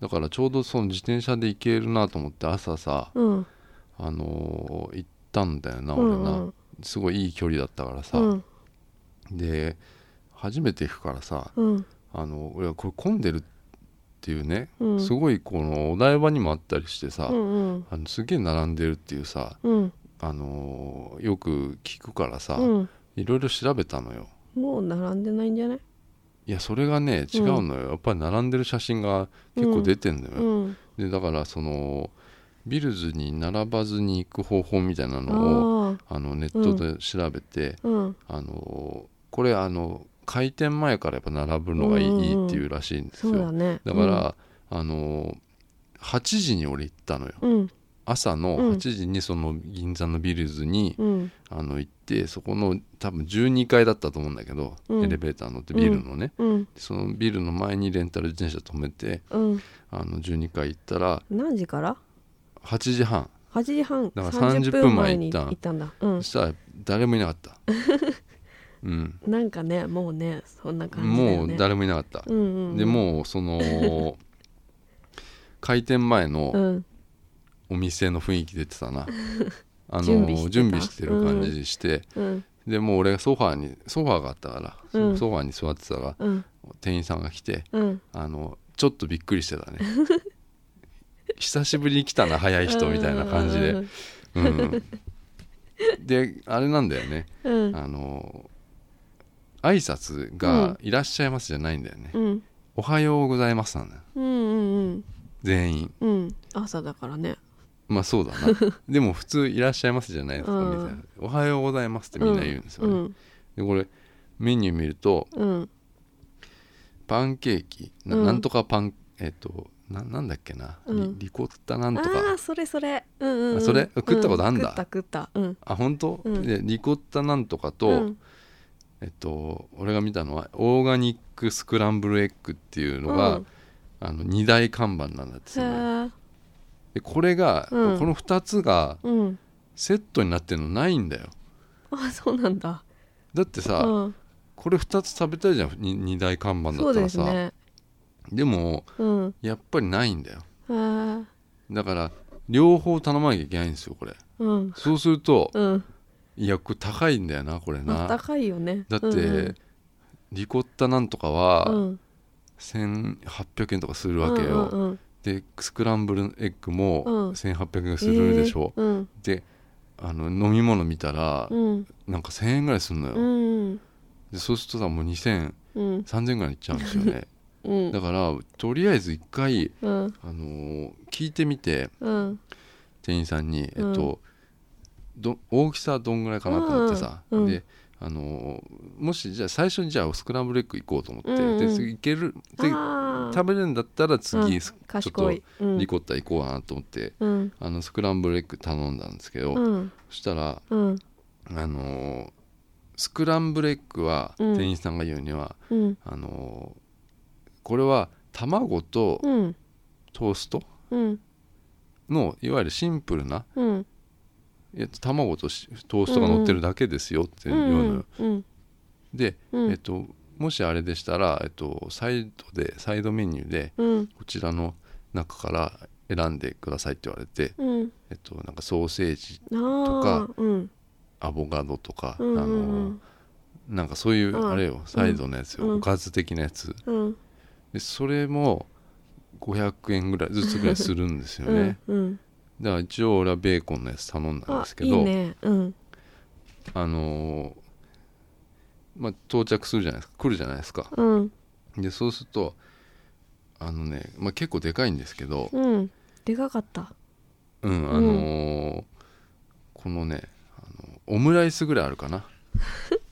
A: だからちょうどその自転車で行けるなと思って朝さ
B: うん
A: あのー行ったんだよな
B: う
A: 俺
B: ん
A: な、
B: うん
A: すごいいい距離だったからさ、
B: うん
A: で初めて行くからさ
B: うん
A: あの俺はこれ混んでるっていうね、
B: うん
A: すごいこのお台場にもあったりしてさ、
B: うんうん
A: あのすげえ並んでるっていうさ、
B: うん
A: あのーよく聞くからさ、
B: うん
A: いろいろ調べたのよ
B: もう並んでないんじゃない
A: いやそれがね違うのよ、やっぱり並んでる写真が結構出てんの
B: う
A: よ、
B: ん
A: でだからそのビルズに並ばずに行く方法みたいなのを
B: あ
A: あのネットで調べて、
B: あうん
A: あのこれあの開店前からやっぱ並ぶのがいい,、
B: うんうんうん
A: っていうらしいんです
B: そうだ
A: よ
B: ね
A: だから、あの8時に俺行ったのよ
B: うん
A: 朝の
B: うん
A: 8時にその銀座のビルズに、
B: うん
A: あの行ってそこの多分12階だったと思うんだけど、
B: うん
A: エレベーター乗ってビルのね、
B: うん
A: そのビルの前にレンタル自転車止めて
B: うん
A: あの12階行ったら
B: 何時から
A: 8時半
B: 8時半
A: だから30
B: 30
A: 分
B: 分
A: 前
B: 前
A: に
B: に
A: 行
B: 行
A: っ
B: ったんだうん
A: そしたら誰もいなか った、うん、
B: なんかねもうねそんな感じだ
A: も
B: よ
A: う
B: ね
A: 誰もいなかった、
B: うんうんうん
A: でもうそ の開店前
B: う
A: の
B: ん
A: お店の雰囲気出てた な、あの
B: 準備してた
A: 準備してる感じして、
B: うん
A: でもう俺がソファーにソファーがあったから、
B: うん
A: ソファーに座ってたら
B: うん
A: 店員さんが来て
B: うん
A: あのちょっとびっくりして たね久しぶりに来たな早い人みたいな感じで、
B: うん
A: うん、であれなんだよね
B: うん
A: あの挨拶が「いらっしゃいます」じゃないんだよね、
B: うん
A: おはようございます」なんだよ
B: うんうん
A: 全員
B: うんうん朝だからね
A: まあそう だなでも普通「いらっしゃいます」じゃないですか
B: う
A: み
B: ん
A: たいな「おはようございます」ってみんな言うんですよね、
B: うん
A: でこれメニュー見ると
B: うん
A: パンケーキな,、
B: うん
A: ん、とかパンえっ、とななんだっけな、
B: うん
A: リリコッタなんと
B: ああ
A: か
B: ーそれそれうんうん、う
A: あ
B: ん、
A: それ食ったことあんだ
B: う食った食ったうん
A: あ本当、
B: うん
A: でリコッタなんとかと、
B: うん
A: えっと俺が見たのはオーガニックスクランブルエッグっていうのが、
B: うん
A: あの2大看板なんだって
B: へ
A: その
B: ー
A: でこれが、
B: うん
A: この2つが
B: うん
A: セットになってるのないんだよ
B: あそうなんだ
A: だってさ、
B: うん、
A: これ2つ食べたいじゃんに2大看板だ
B: そ
A: った
B: うで
A: ら
B: す
A: さで,、
B: ね
A: も
B: うん
A: やっぱりないんだよ
B: へー
A: だから両方頼まなきゃいけないんですよこれ
B: うん
A: そうすると、
B: うん
A: いやこれ高いんだよなこれ
B: あった
A: な
B: かいよね
A: だって、
B: うん
A: リコッタなんとか
B: う
A: は
B: ん、
A: 1800円とかするわけよ、
B: うんうん
A: でスクランブルエッグも
B: うん
A: 1800円するでしょ、
B: えーうん
A: であの飲み物見たら、
B: うん
A: なんか1000円ぐらいするのよ、
B: うん
A: でそうするとさもう20003000
B: うん
A: 円ぐらいいっちゃうんですよね
B: うん
A: だからとりあえず一回、
B: う
A: あ
B: ん
A: のー聞いてみて
B: うん
A: 店員さんに、えっ
B: うん
A: とど大きさどんぐらいかなと思ってさ、
B: うんうん
A: であのーもしじゃあ最初にじゃあスクランブルエッグ行こうと思って、
B: うんうん
A: で次行けるで
B: あー
A: 食べれるんだったら次、
B: うん
A: すちょっ
B: 賢
A: と
B: いうん
A: リコッタ行こうかなと思って、
B: うん
A: あのスクランブルエッグ頼んだんですけど、
B: うん
A: そしたら
B: うん
A: あのースクランブルエッグは、
B: うん
A: 店員さんが言うには
B: うん
A: あのーこれは卵と
B: うん
A: トースト
B: うん
A: のいわゆるシンプルな
B: うん
A: えっと卵としトーストが乗ってるだけですよっていうのよ、
B: うん
A: で、
B: うん
A: えっと、もしあれでしたら、えっと、サイドでサイドメニューで
B: うん
A: こちらの中から選んでくださいって言われて、
B: うん
A: えっと、なんかソーセージ
B: あー
A: と
B: うん
A: アボカドとか、
B: うんう
A: あの
B: ん
A: なんかそういう
B: うん
A: あれよ、サイドのやつよ、
B: うん
A: おかず的なやつ
B: うん
A: でそれも500円ぐらいずつぐらいするんですよ
B: う
A: ね
B: ん、うん
A: だから一応俺はベーコンのやつ頼んだん
B: あ
A: ですけ
B: い
A: ど
B: いねうん
A: あのーまあ、到着するじゃないですか来るじゃないですか
B: うん
A: でそうするとあのね、まあ、結構でかいんですけど、
B: うんでかかった
A: うんあのーこのねあのオムライスぐらいあるかな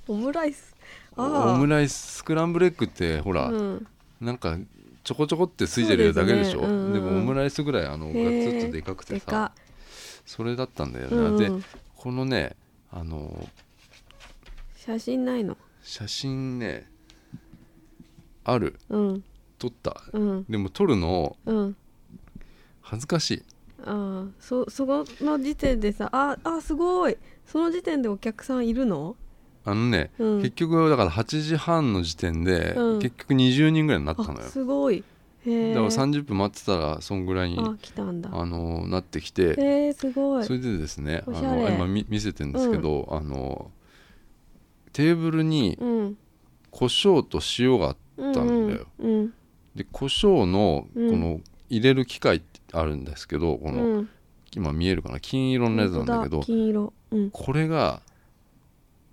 B: オムライスああ
A: オムライススクランブルエッグってほら、
B: うん
A: なんかちょこちょこってついてるだけでしょ
B: そうですねうんうん
A: もオムライスぐらいあのガツッとでかくて
B: で
A: さ
B: か
A: それだったんだよね、
B: うん
A: でこのねあのー
B: 写真ないの
A: 写真ねある
B: うん
A: 撮った
B: うん
A: でも撮るの
B: うん
A: 恥ずかしい
B: ああそそこの時点でさああすごいその時点でお客さんいるの
A: あのね、
B: うん
A: 結局だから8時半の時点で、
B: うん
A: 結局20人ぐらいになった
B: あ
A: のよだか
B: すごいへえ
A: ら30分待ってたらそんぐらいに
B: あ来たんだ
A: あのなってきて
B: へえすごい
A: それでですねあ
B: おしゃれ
A: の今見見せてんですけど、あのテーブルに
B: うん
A: 胡椒と塩があっ
B: うん
A: たんだよ
B: うん
A: て胡椒のこ
B: うん
A: の入れる機械ってあるんですけどこ
B: う
A: の、
B: ん
A: 今見えるかな金色のやつなんだけど
B: 本当金色うん
A: これが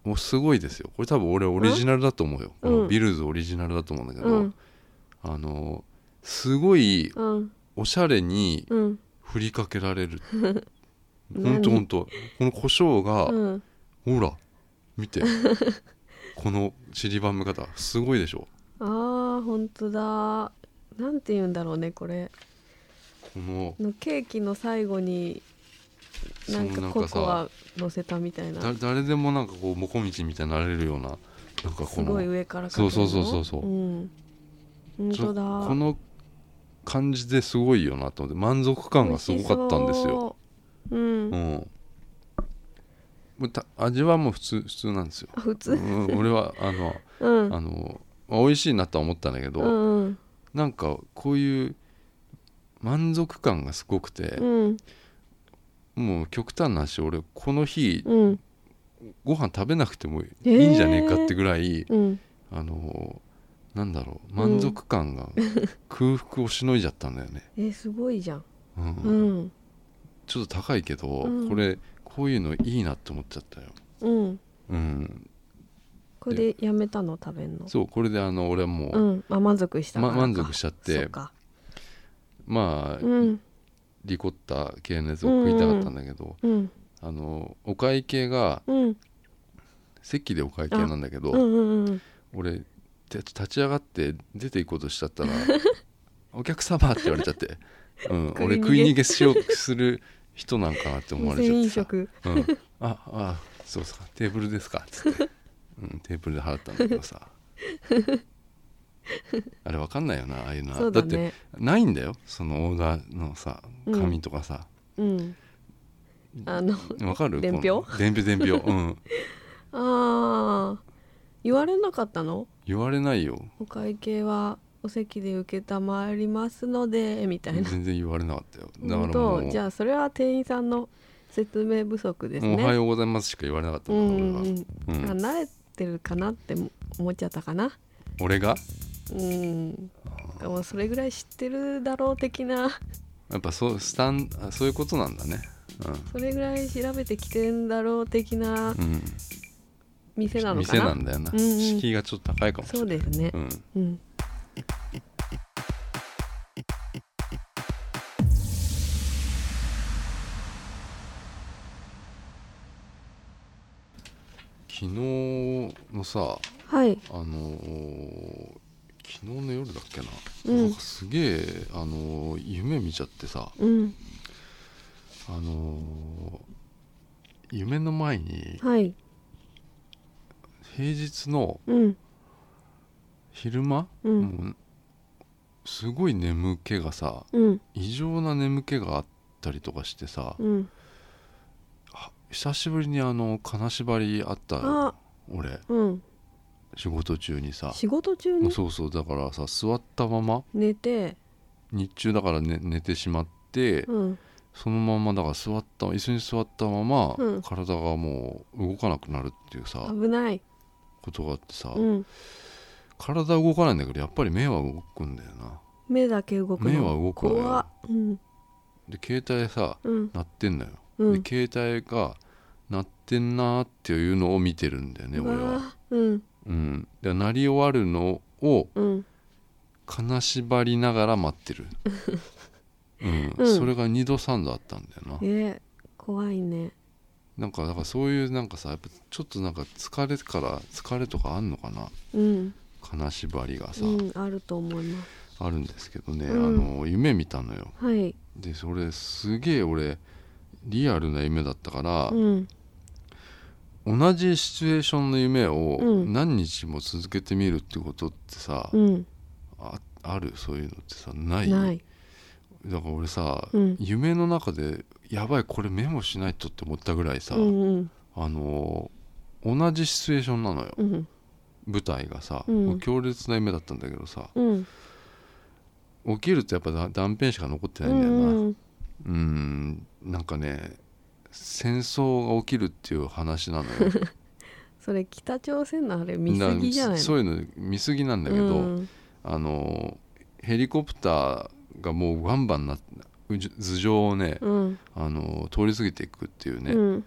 A: もうすごいですよこれ多分俺オリジナルだと思うよ、
B: うん
A: このビルズオリジナルだと思うんだけど、
B: うん
A: あのすごい
B: うん
A: おしゃれに
B: うん
A: 振りかけられる、 ほ
B: 何
A: んとほんとこの胡椒が、
B: うん
A: ほら見てこの散りばめ方すごいでしょ
B: ああ本当だなんて言うんだろうねこれ
A: この
B: のケーキの最後になん
A: そうな
B: か
A: ん
B: コ
A: か
B: コ
A: さ
B: ア乗せたみたいな
A: だ誰でもなんかこうもこみちみたいになれるようななんかこ
B: すごい
A: の
B: 上からか
A: そうそうそうそうそう
B: うん本
A: ちょ
B: 当だ
A: この感じですごいよなと思って満足感がすごかったんですよ
B: 美味しそううん、
A: うん、もうた味はもう普通普通なんですよ、
B: あ普
A: う
B: 通
A: ん、俺はあの
B: うん
A: あの、まあ美味しいなとは思ったんだけど、
B: うん
A: なんかこういう満足感がすごくて
B: う、ん
A: もう極端な話俺この日、
B: うん
A: ご飯食べなくてもい
B: へー
A: いんじゃねえかってぐらい、
B: うん
A: あのなんだろう満足感が空腹をしのいじゃったんだよね、
B: えすごいじゃん
A: うん
B: うん
A: ちょっと高いけど、
B: うん
A: これこういうのいいなって思っちゃったよ、
B: うん
A: うん、
B: これでやめたの食べんの
A: そうこれであの俺はもう、
B: うんあ満足したからか
A: ま満足しちゃって
B: そうか
A: まあ、
B: うん
A: リコッタ系のやつを食いたかったんだけど、
B: うん
A: あのお会計が
B: うん
A: 席でお会計なんだけど、
B: うんうんうん
A: 俺て立ち上がって出ていこうとしちゃ ったら「お客様」って言われちゃって、うん、
B: 食い逃げ
A: 俺食い逃げしようする人なんかなって思われちゃ
B: 全
A: っ
B: 員
A: てさ「
B: 食
A: うん、ああそうですかテーブルですか」っつって、うん、テーブルで払ったんだけど さあれわかんないよなああいうのは
B: そう
A: だ
B: だ
A: って
B: ね
A: ないんだよそのオーダーのさ
B: うん
A: 紙とかさ
B: うんあの
A: わ、かる
B: 伝票
A: この伝票 伝票うん
B: あー言われなかったの
A: 言われないよ
B: お会計はお席で受けたまりますのでみたいな
A: 全然言われなか ったよだから
B: 本
A: も
B: 当
A: う
B: じゃあそれは店員さんの説明不足ですね
A: おはようございます」しか言われなかった
B: う
A: も
B: ん
A: ん
B: うんうん、
A: 俺は、
B: あ
A: うん、
B: 慣れてるかなって思っちゃったかな
A: 俺が
B: うんもうそれぐらい知ってるだろう的な
A: やっぱそうスタンあそういうことなんだね
B: それぐらい調べてきてんだろう的な
A: うん、うん、
B: 店なのか
A: 店
B: な
A: なんだよな、
B: うんうん
A: 敷居がちょっと高いかもし
B: そ
A: れ
B: う
A: ない
B: ですね
A: うん
B: うん
A: 昨日のさ
B: はい
A: あのー昨日の夜だっけな,、
B: うん
A: なんかすげえ、あのー夢見ちゃってさ、
B: うん
A: あのー夢の前に
B: はい
A: 平日の
B: うん
A: 昼間、
B: うん
A: もうすごい眠気がさ
B: うん
A: 異常な眠気があったりとかしてさ、
B: うん
A: あ久しぶりにあの金縛りあった
B: あ
A: 俺
B: うん
A: 仕事中にさ
B: 仕事中に
A: そうそうだからさ座ったまま
B: 寝て
A: 日中だから寝寝てしまって、
B: うん
A: そのままだから座った椅子に座ったまま、
B: うん
A: 体がもう動かなくなるっていうさ
B: 危ない
A: ことがあってさ、
B: うん
A: 体は動かないんだけどやっぱり目は動くんだよな
B: 目だけ動くの
A: 目は動くわよ
B: 怖っうん
A: で携帯さ
B: うん
A: 鳴ってんのよ、
B: うん
A: で携帯が鳴ってんなーっていうのを見てるんだよね俺
B: うわ
A: は、
B: ーうん
A: うん、で鳴り終わるのを
B: うん
A: 金縛りながら待って る、うん
B: うん
A: それが2度3度あったんだよな
B: えー、怖いね
A: なんかだからそういうなんかさやっぱちょっとなんか疲れから疲れとかあんのかな
B: うん
A: 金縛りがさ、
B: うんあると思います
A: あるんですけどね、
B: うん
A: あの夢見たのよ
B: はい
A: でそれすげえ俺リアルな夢だったから
B: う、ん
A: 同じシチュエーションの夢を
B: うん
A: 何日も続けてみるってことってさ、
B: うん
A: ああるそういうのってさない
B: ない
A: だから俺さ、
B: うん
A: 夢の中でやばいこれメモしないとって思ったぐらいさ、
B: うんうん
A: あの同じシチュエーションなのよ、
B: うん
A: 舞台がさ、
B: うん
A: もう強烈な夢だったんだけどさ
B: うん
A: 起きるとやっぱだ断片しか残って
B: う
A: ないんだよな、
B: ん
A: うーんなんかね戦争が起きるっていう話なのよ
B: それ北朝鮮のあれ 見過ぎじ
A: だ
B: ゃな
A: からそ
B: いの
A: ういうの見過ぎなんだけど、
B: うん
A: あのヘリコプターがもうワンバンなうじ頭上をね、
B: うん
A: あの通り過ぎていくっていうね、
B: うん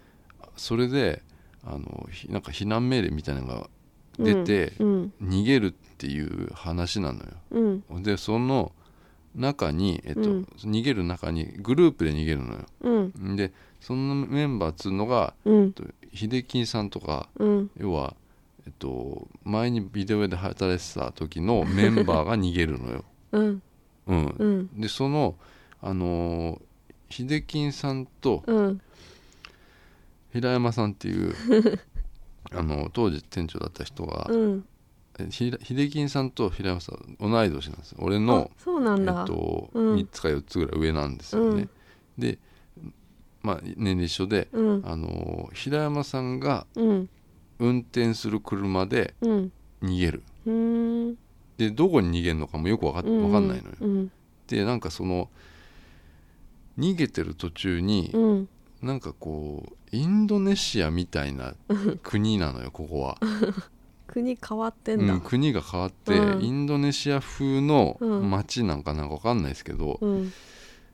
A: それであのひなんか避難命令みたいなのが出て、
B: うん
A: 逃げるっていう話なのよ
B: うん
A: でその中に、えっと
B: うん
A: 逃げる中にグループで逃げるのよ
B: うん
A: でそのメンバーっつうのが
B: うん
A: えっと秀樹さんとか
B: うん
A: 要は、えっと、前にビデオ屋で働いてた時 のメンバーが逃げるのよ、
B: うん
A: うん、
B: うん
A: でそのあのー秀樹さんと
B: うん
A: 平山さんって いうあの当時店長だった人が、
B: うん
A: えひら秀樹さんと平山さん同い年なんですよ俺の
B: あ、そうな
A: え
B: ん
A: っ
B: だ
A: と
B: うん
A: 3つか4つぐらい上なんですよね、で、まあ、年齢一緒で、
B: うん
A: あのー平山さんが
B: うん
A: 運転する車で
B: うん
A: 逃げる
B: うーん
A: でどこに逃げるのかもよくわか,、わかんないのよ、
B: うん
A: でなんかその逃げてる途中に、
B: うん
A: なんかこうインドネシアみたいな国なのよこ こは、
B: 国変わってん
A: う
B: だ
A: ん、国が変わって、
B: うん
A: インドネシア風の
B: うん
A: 街なんかなんかわかんないですけど
B: う、ん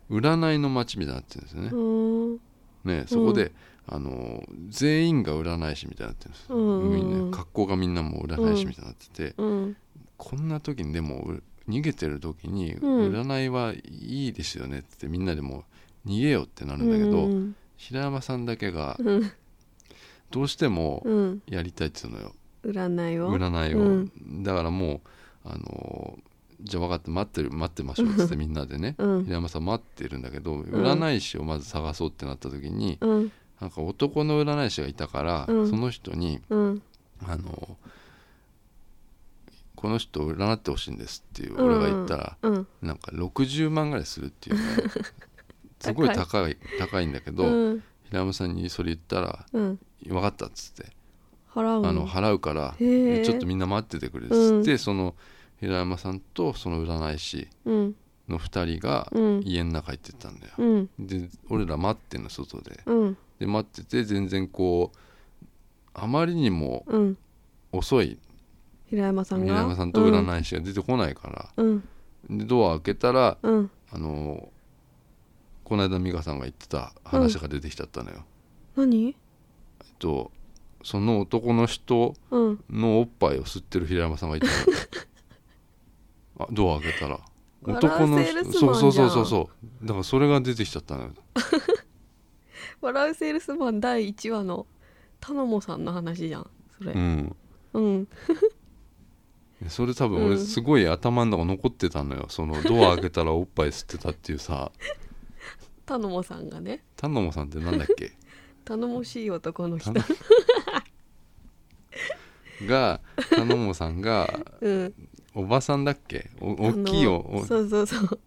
A: 占いの街みたいになってるんですよね,、
B: うん
A: ねそこで、あの全員が占い師みたいになってるんです、
B: うんうんうん
A: みんな格好がみんなもう占い師みたいになってて、
B: うん
A: こんな時にでもう逃げてる時に
B: うん
A: 占いはいいですよねってみんなでもう逃げようってな
B: う
A: るんだけど、
B: ん
A: 平山さんだけが
B: うん
A: どうしても
B: うん
A: やりたいって言うのよ
B: 占いを
A: 占いを、
B: うん
A: だからもうあのーじゃあ分かって待ってる待ってましょうっつってみんなでね、
B: うん
A: 平山さん待ってるんだけど占い師をまず探そうってなった時に、
B: うん
A: なんか男の占い師がいたから、
B: うん
A: その人に
B: うん
A: あのこの人を占ってほしいんですっていう俺が言ったら、
B: うん
A: なんか60万ぐらいするっていう ねすごい高い高いんだけど、
B: うん
A: 平山さんにそれ言ったら
B: うん
A: 「分かった」っつって、
B: 払うの
A: あの払うから
B: へえ
A: ちょっとみんな待っててくれっつって、その平山さんとその占い師
B: うん
A: の2人が
B: うん
A: 家の中入ってったんだよ、
B: うん
A: で俺ら待ってんの外で
B: うん
A: で待ってて全然こうあまりにも
B: うん
A: 遅い
B: 平山さんが
A: 平山さんと占い師が出てこないから、
B: うん
A: でドア開けたら
B: うん
A: あのこの間美香さんが言ってた話が出てきちゃったのよ、
B: 何
A: えっとその男の人
B: うん
A: のおっぱいを吸ってる平山さんがいたの あドア開けたら男の
B: 笑うセールス
A: そ
B: マン
A: う
B: じゃん
A: そうそうそうそうだからそれが出てきちゃったのよ
B: 笑うセールスマン第1話のタノモさんの話じゃんそれ
A: うん
B: うん
A: それ多分俺
B: うん
A: すごい頭の中残ってたのよそのドア開けたらおっぱい吸ってたっていう さ
B: 田野さんがね
A: 田野さんってなんだっけ
B: 頼もしい男の人
A: 頼が田野さんが
B: うん
A: おばさんだっけお
B: あの
A: 大きいよお
B: そうそうそう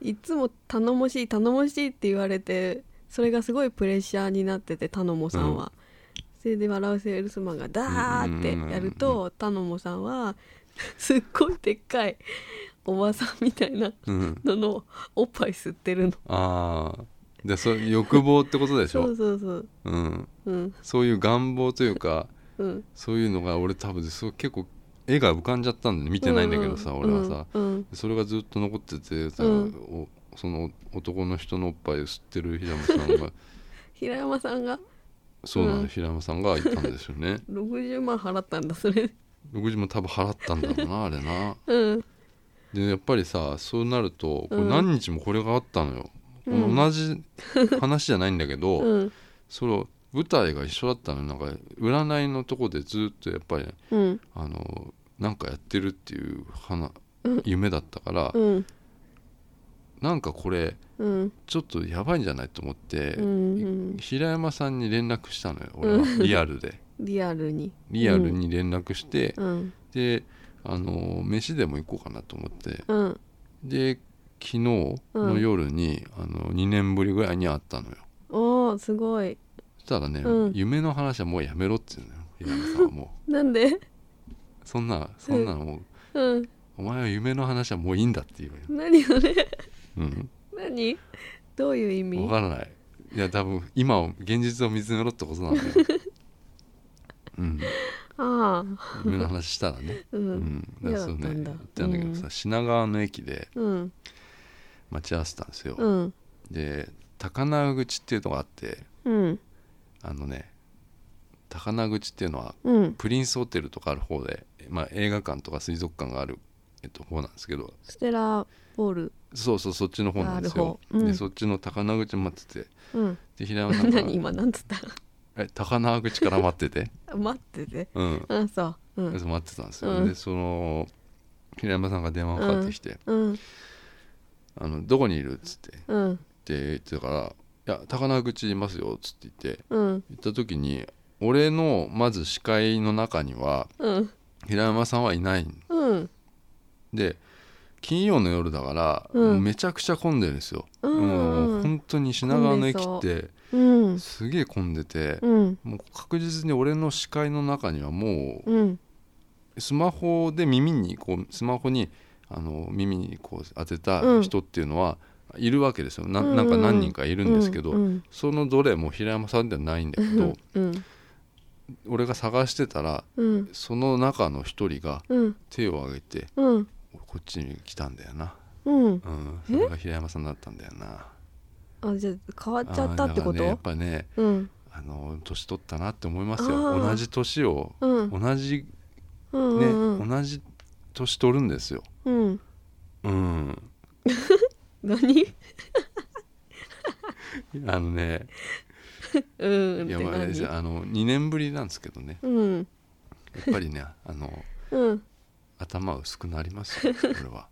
B: いつも頼もしい頼もしいって言われてそれがすごいプレッシャーになってて頼もさんは、それで笑わせるスマンがダーってやる
A: うんうん
B: と頼もさんは すっごいでっかいおばさんみたいな
A: うん、
B: ののおっぱい吸ってるの
A: ああでそれ欲望ってことでし
B: そ
A: ょ
B: うそうそう
A: うん、
B: うん
A: そういう願望というか
B: うん
A: そういうのが俺多分そう結構絵が浮かんじゃったんで見てないんだけどさ、
B: う
A: 俺はさ、
B: うんうん
A: それがずっと残っててさ、
B: うん
A: おその男の人のおっぱいを吸ってる平山さ んが
B: 平山さんが
A: そうなの、
B: うん
A: 平山さんがいたんですよね
B: 60万払ったんだ それ
A: 僕自も多分払ったんだろう なあれな
B: うん
A: でやっぱりさそうなるとこ
B: う
A: うん何日もこれがあったのよ、
B: うん
A: 同じ話じゃないんだけど、
B: うん
A: その舞台が一緒だったのよなんか占いのとこでずっとやっぱり
B: うん
A: あのなんかやってるっていう花
B: うん
A: 夢だったから、
B: うん
A: なんかこれ
B: うん
A: ちょっとやばいんじゃないと思って、
B: うんうん
A: 平山さんに連絡したのよ俺はリアルで
B: リアルに
A: リアルに連絡して、
B: うん
A: であの飯でも行こうかなと思って
B: うん
A: で昨日の夜に、あの2年ぶりぐらいに会ったのよ
B: おーすごい
A: そしたらね、
B: うん
A: 夢の話はもうやめろって言うのよ平山さんはも
B: なんで
A: うそんなそんなのもう
B: うん
A: お前は夢の話はもういいんだって言うよ、
B: 何それ
A: うん、
B: 何どういう意味
A: 分からないいや多分今を現実を見つめろってこと なんだよ、うん、
B: ああ
A: 夢の話したらね、
B: う
A: うんん、だからそうね
B: 嫌だったんだ
A: 言ったんだけどさ、
B: うん
A: 品川の駅で
B: うん
A: 待ち合わせたんですよ、
B: うん
A: で高輪口っていうのがあって
B: うん
A: あのね高輪口っていうのは
B: うん
A: プリンスホテルとかある方で、まあ、映画館とか水族館がある、えっと、方なんですけど
B: ステラボール
A: そうそうそっちの方なんですよ、
B: ある方うん
A: でそっちの高輪口待ってて
B: うん
A: で平山さんが
B: 何今なんつった
A: え高輪口から待ってて、
B: 待ってて
A: うん、
B: うんそううん
A: 待ってたんですよ、
B: うん
A: でその平山さんが電話がかかってきて
B: うん
A: 「あのどこにいる?」っつって
B: うん
A: で言ってたから「いや高輪口いますよ」っつって言って
B: うん
A: 言った時に俺のまず視界の中には
B: うん
A: 平山さんはいないん
B: うん
A: で金曜の夜だから、
B: うん
A: めちゃくちゃ混んでるんですよ、
B: うんうん
A: もう本当に品川の駅
B: 混ん
A: っ
B: で
A: て
B: うん
A: すげえ混んでて、
B: うん
A: もう確実に俺の視界の中にはもう
B: うん
A: スマホで耳にこうスマホにあの耳にこう当てた人っていうのはいるわけですよ、ななんか何人かいるんですけど、
B: うん
A: そのどれも平山さんではないんだけ
B: う
A: ど
B: んうん
A: 俺が探してたら
B: うん
A: その中の一人が
B: うん
A: 手を挙げて
B: うん
A: こっちに来たんだよな、
B: うん
A: うん、そ
B: え
A: れが平山さんだったんだよな
B: あじゃあ変わっちゃったってこ
A: あーだからねやっ
B: と
A: ぱね
B: うん
A: あの年取ったなって思いますよ
B: あー
A: 同じ年を
B: うん
A: 同じ
B: うん
A: ね、
B: うん
A: 同じ年取るんですよ
B: うん
A: うん
B: 何
A: あのね
B: うん
A: い
B: っ
A: や
B: て
A: まああれですよ
B: 何
A: あの2年ぶりなんですけどね
B: うん
A: やっぱりね あの
B: うん
A: 頭薄くなりますよこれは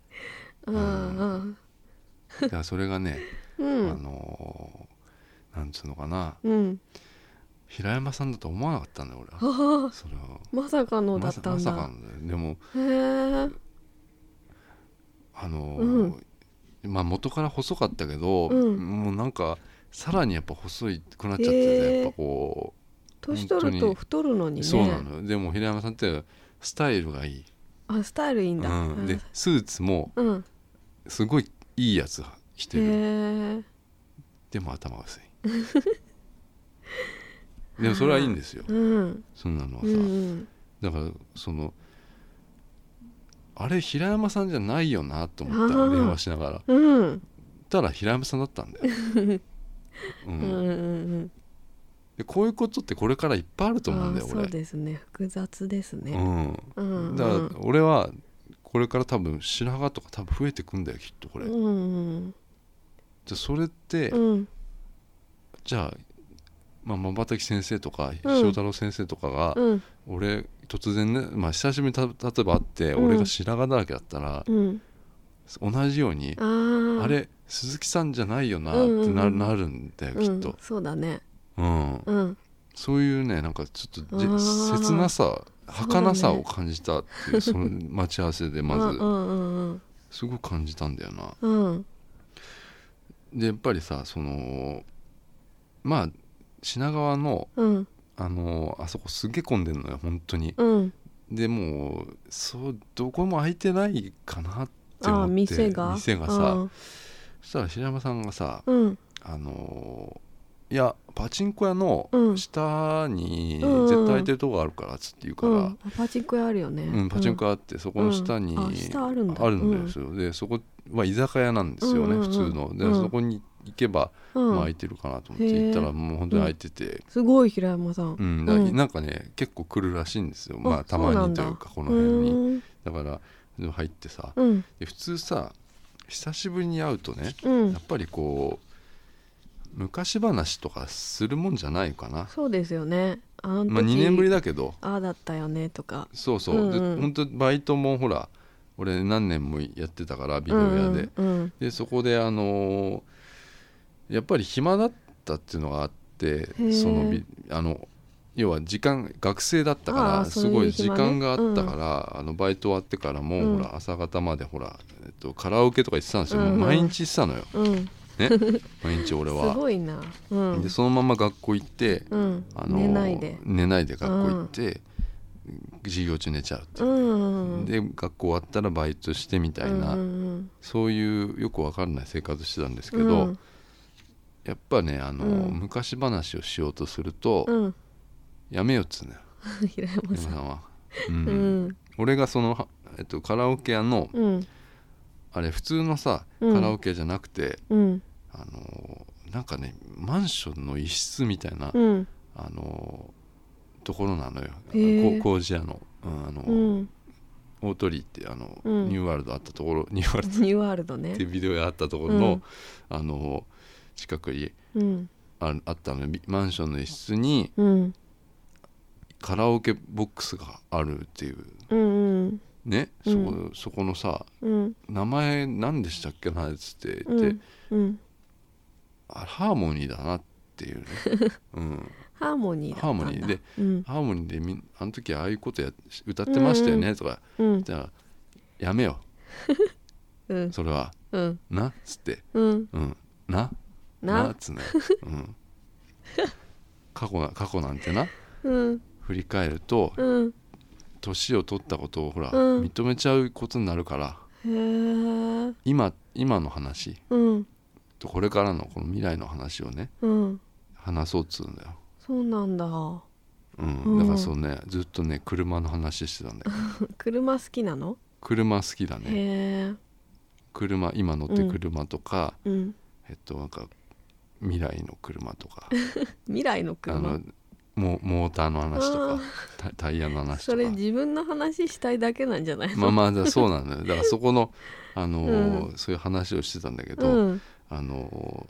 B: うん
A: だからそれがね、
B: う
A: あ
B: ん
A: のーなんつうのかな
B: うん
A: 平山さんだと思わなかったんだよ俺は
B: あ
A: それは
B: まさかのだ
A: ま
B: っ
A: さ
B: た
A: ま
B: ん
A: さ
B: だ、
A: かのだよでも
B: へえ
A: あのー、
B: うん
A: まあ元から細かったけど、
B: うん
A: もうなんかさらにやっぱ細くなっちゃってて、
B: へー
A: やっぱこ
B: 年取る
A: 本当に
B: と太るのに
A: う、
B: ね
A: そうなのよでも平山さんってスタイルがいい、
B: あスタイルいいんだ
A: うん、でスーツも
B: うん
A: すごいいいやつ着て
B: へ
A: る、
B: え
A: でも頭が薄いでもそれはいいんですよ
B: うん
A: そんなのは
B: う
A: さ、
B: ん
A: だからそのあれ平山さんじゃないよなと思った
B: あー
A: 電話しながら
B: うん
A: たら平山さんだったんだ よ、う
B: うんんうんうん
A: でこういうことってこれからいっぱいあると思うんだよ
B: あーそ
A: 俺
B: うですね複雑です
A: う
B: ね
A: ん
B: うんうん
A: だから俺はこれから多分白髪とか多分増えてくんだよきっとこれ、
B: うんうん
A: じゃあそれって、
B: うん
A: じゃあまあ、まばたき先生とか
B: うん
A: 塩太郎先生とかが、
B: うん
A: 俺突然ね、まあ、久しぶりにた例えば会って、
B: うん
A: 俺が白髪だらけだったら、
B: うん
A: 同じように
B: あ
A: 「
B: ー
A: あれ鈴木さんじゃないよな」っ
B: うんうんう
A: て
B: ん
A: な,、なるんだよきっ
B: うん
A: と、、
B: そうだね
A: うん
B: うん
A: そういうねなんかちょっと
B: あ
A: で
B: ー
A: 切なさ儚さ
B: そうだ
A: を
B: ね
A: 感じたっていう その待ち合わせでまず
B: うんうん
A: すごく感じたんだよな。
B: うんうん
A: でやっぱりさそのまあ品川の
B: うん
A: あのあそこすげえ混んでんのよ本当に。
B: うん
A: でもうそうどこも空いてないかなって思
B: あ
A: っ
B: ー
A: て
B: 店が
A: 店がさ、そしたら白山さんがさ
B: うんうん
A: あのいやパチンコ屋の
B: うん
A: 下に
B: うんうんうん
A: 絶対空いてるとこあるからっつって言うから、
B: うん、パチンコ屋あるよね、
A: うん、パチンコ屋あってそこの下に、
B: うんあ下あるんだ
A: ですよ、でそこは居酒屋なんですよね、
B: うんうんうん
A: 普通ので、
B: うん
A: そこに行けば、
B: うん
A: まあ、空いてるかなと思って
B: へえ
A: 行ったらもう本当に空いてて、
B: すごい平山さん、
A: うんだからなんかね結構来るらしいんですよまあたまにというかこの辺
B: う
A: に
B: ん
A: だからでも入ってさ
B: うん
A: で普通さ久しぶりに会うとね
B: うん
A: やっぱりこう昔話とかするもんじゃないかな、
B: そうですよねあの時、
A: まあ、2年ぶりだけど
B: ああだったよねとか
A: そうそう、
B: うんうん
A: で本当バイトもほら俺何年もやってたからビデオ屋で、
B: うんうん
A: でそこであのーやっぱり暇だったっていうのがあって
B: ー
A: そのビあの要は時間学生だったか
B: あ
A: ら
B: あ
A: す
B: そう
A: ご
B: い
A: いう時
B: 暇ね
A: 間があったから、あのバイト終わってからも、
B: うん
A: ほら朝方までほら、えっと、カラオケとか行ってたんですよ、
B: うんうん
A: 毎日行ってたのよ、
B: うん、
A: ね、 毎日俺
B: す
A: は。
B: ごいな、うん
A: でそのまま学校行って、
B: うん
A: あのー
B: 寝ないで
A: 寝ないで学校行って、授業中寝ちゃうっていうう、
B: ん
A: で学校終わったらバイトしてみたいな、
B: うんうん
A: そういうよくわかんない生活してたんですけ
B: う
A: ど、
B: ん
A: やっぱねあの、
B: うん
A: 昔話をしようとすると、
B: うん
A: やめようっつうのよ
B: 平山
A: 山
B: さ
A: さ
B: ん
A: んは、うん
B: うん
A: 俺がその、はえっと、カラオケ屋の、
B: うん
A: あれ普通のさ
B: うん
A: カラオケじゃなくて、
B: うん
A: あのなんかねマンションの一室みたいな、
B: うん
A: あのところなのよ、
B: へー
A: こ工事屋の,、うんあの
B: うん
A: 大鳥居ってあの、
B: うん
A: ニューワールドあったところニューワールド
B: ニューワールド
A: って
B: ね
A: ビデオ屋あったところの、
B: うん
A: あの近くに
B: うん
A: ああったのよビマンションの一室に
B: うん
A: カラオケボックスがあるっていう
B: うんうん
A: ね、
B: うん
A: そこそこのさ
B: うん
A: 「名前何でしたっけな?」っつって言って、
B: うん
A: あハーモニーだなって いうね、うん、
B: ハーモニーだったん
A: ハー
B: だ
A: モニーで
B: うん
A: ハーモニーでみんあの時ああいうことや歌ってましたよねとか
B: うん
A: じゃあやめよ
B: うん
A: それは
B: うん
A: なっつって
B: うん
A: うんな
B: な
A: っつうのよ うん、過去な過去なんてな
B: うん
A: 振り返ると
B: うん
A: 年を取ったことをほら、
B: うん
A: 認めちゃうことになるから
B: へえ
A: 今今の話
B: うん
A: とこれからのこの未来の話をね
B: うん
A: 話そうっつうんだよ、
B: そうなんだ
A: うん
B: うん
A: だからそうねずっとね車の話してたんだよ
B: 車好きなの
A: 車好きだ
B: へ
A: ね
B: え
A: 車今乗ってる車とか、
B: うん
A: えっとなんか未来の車と か
B: 未来の
A: あ
B: 車
A: のモモーターの話とかタタイヤの話
B: そ
A: と
B: れ
A: か
B: 自分の話したいだけなんじゃないの
A: まあまあだからそうなんだよだからそこの、あのーそういう話をしてたんだけど、
B: うん
A: あの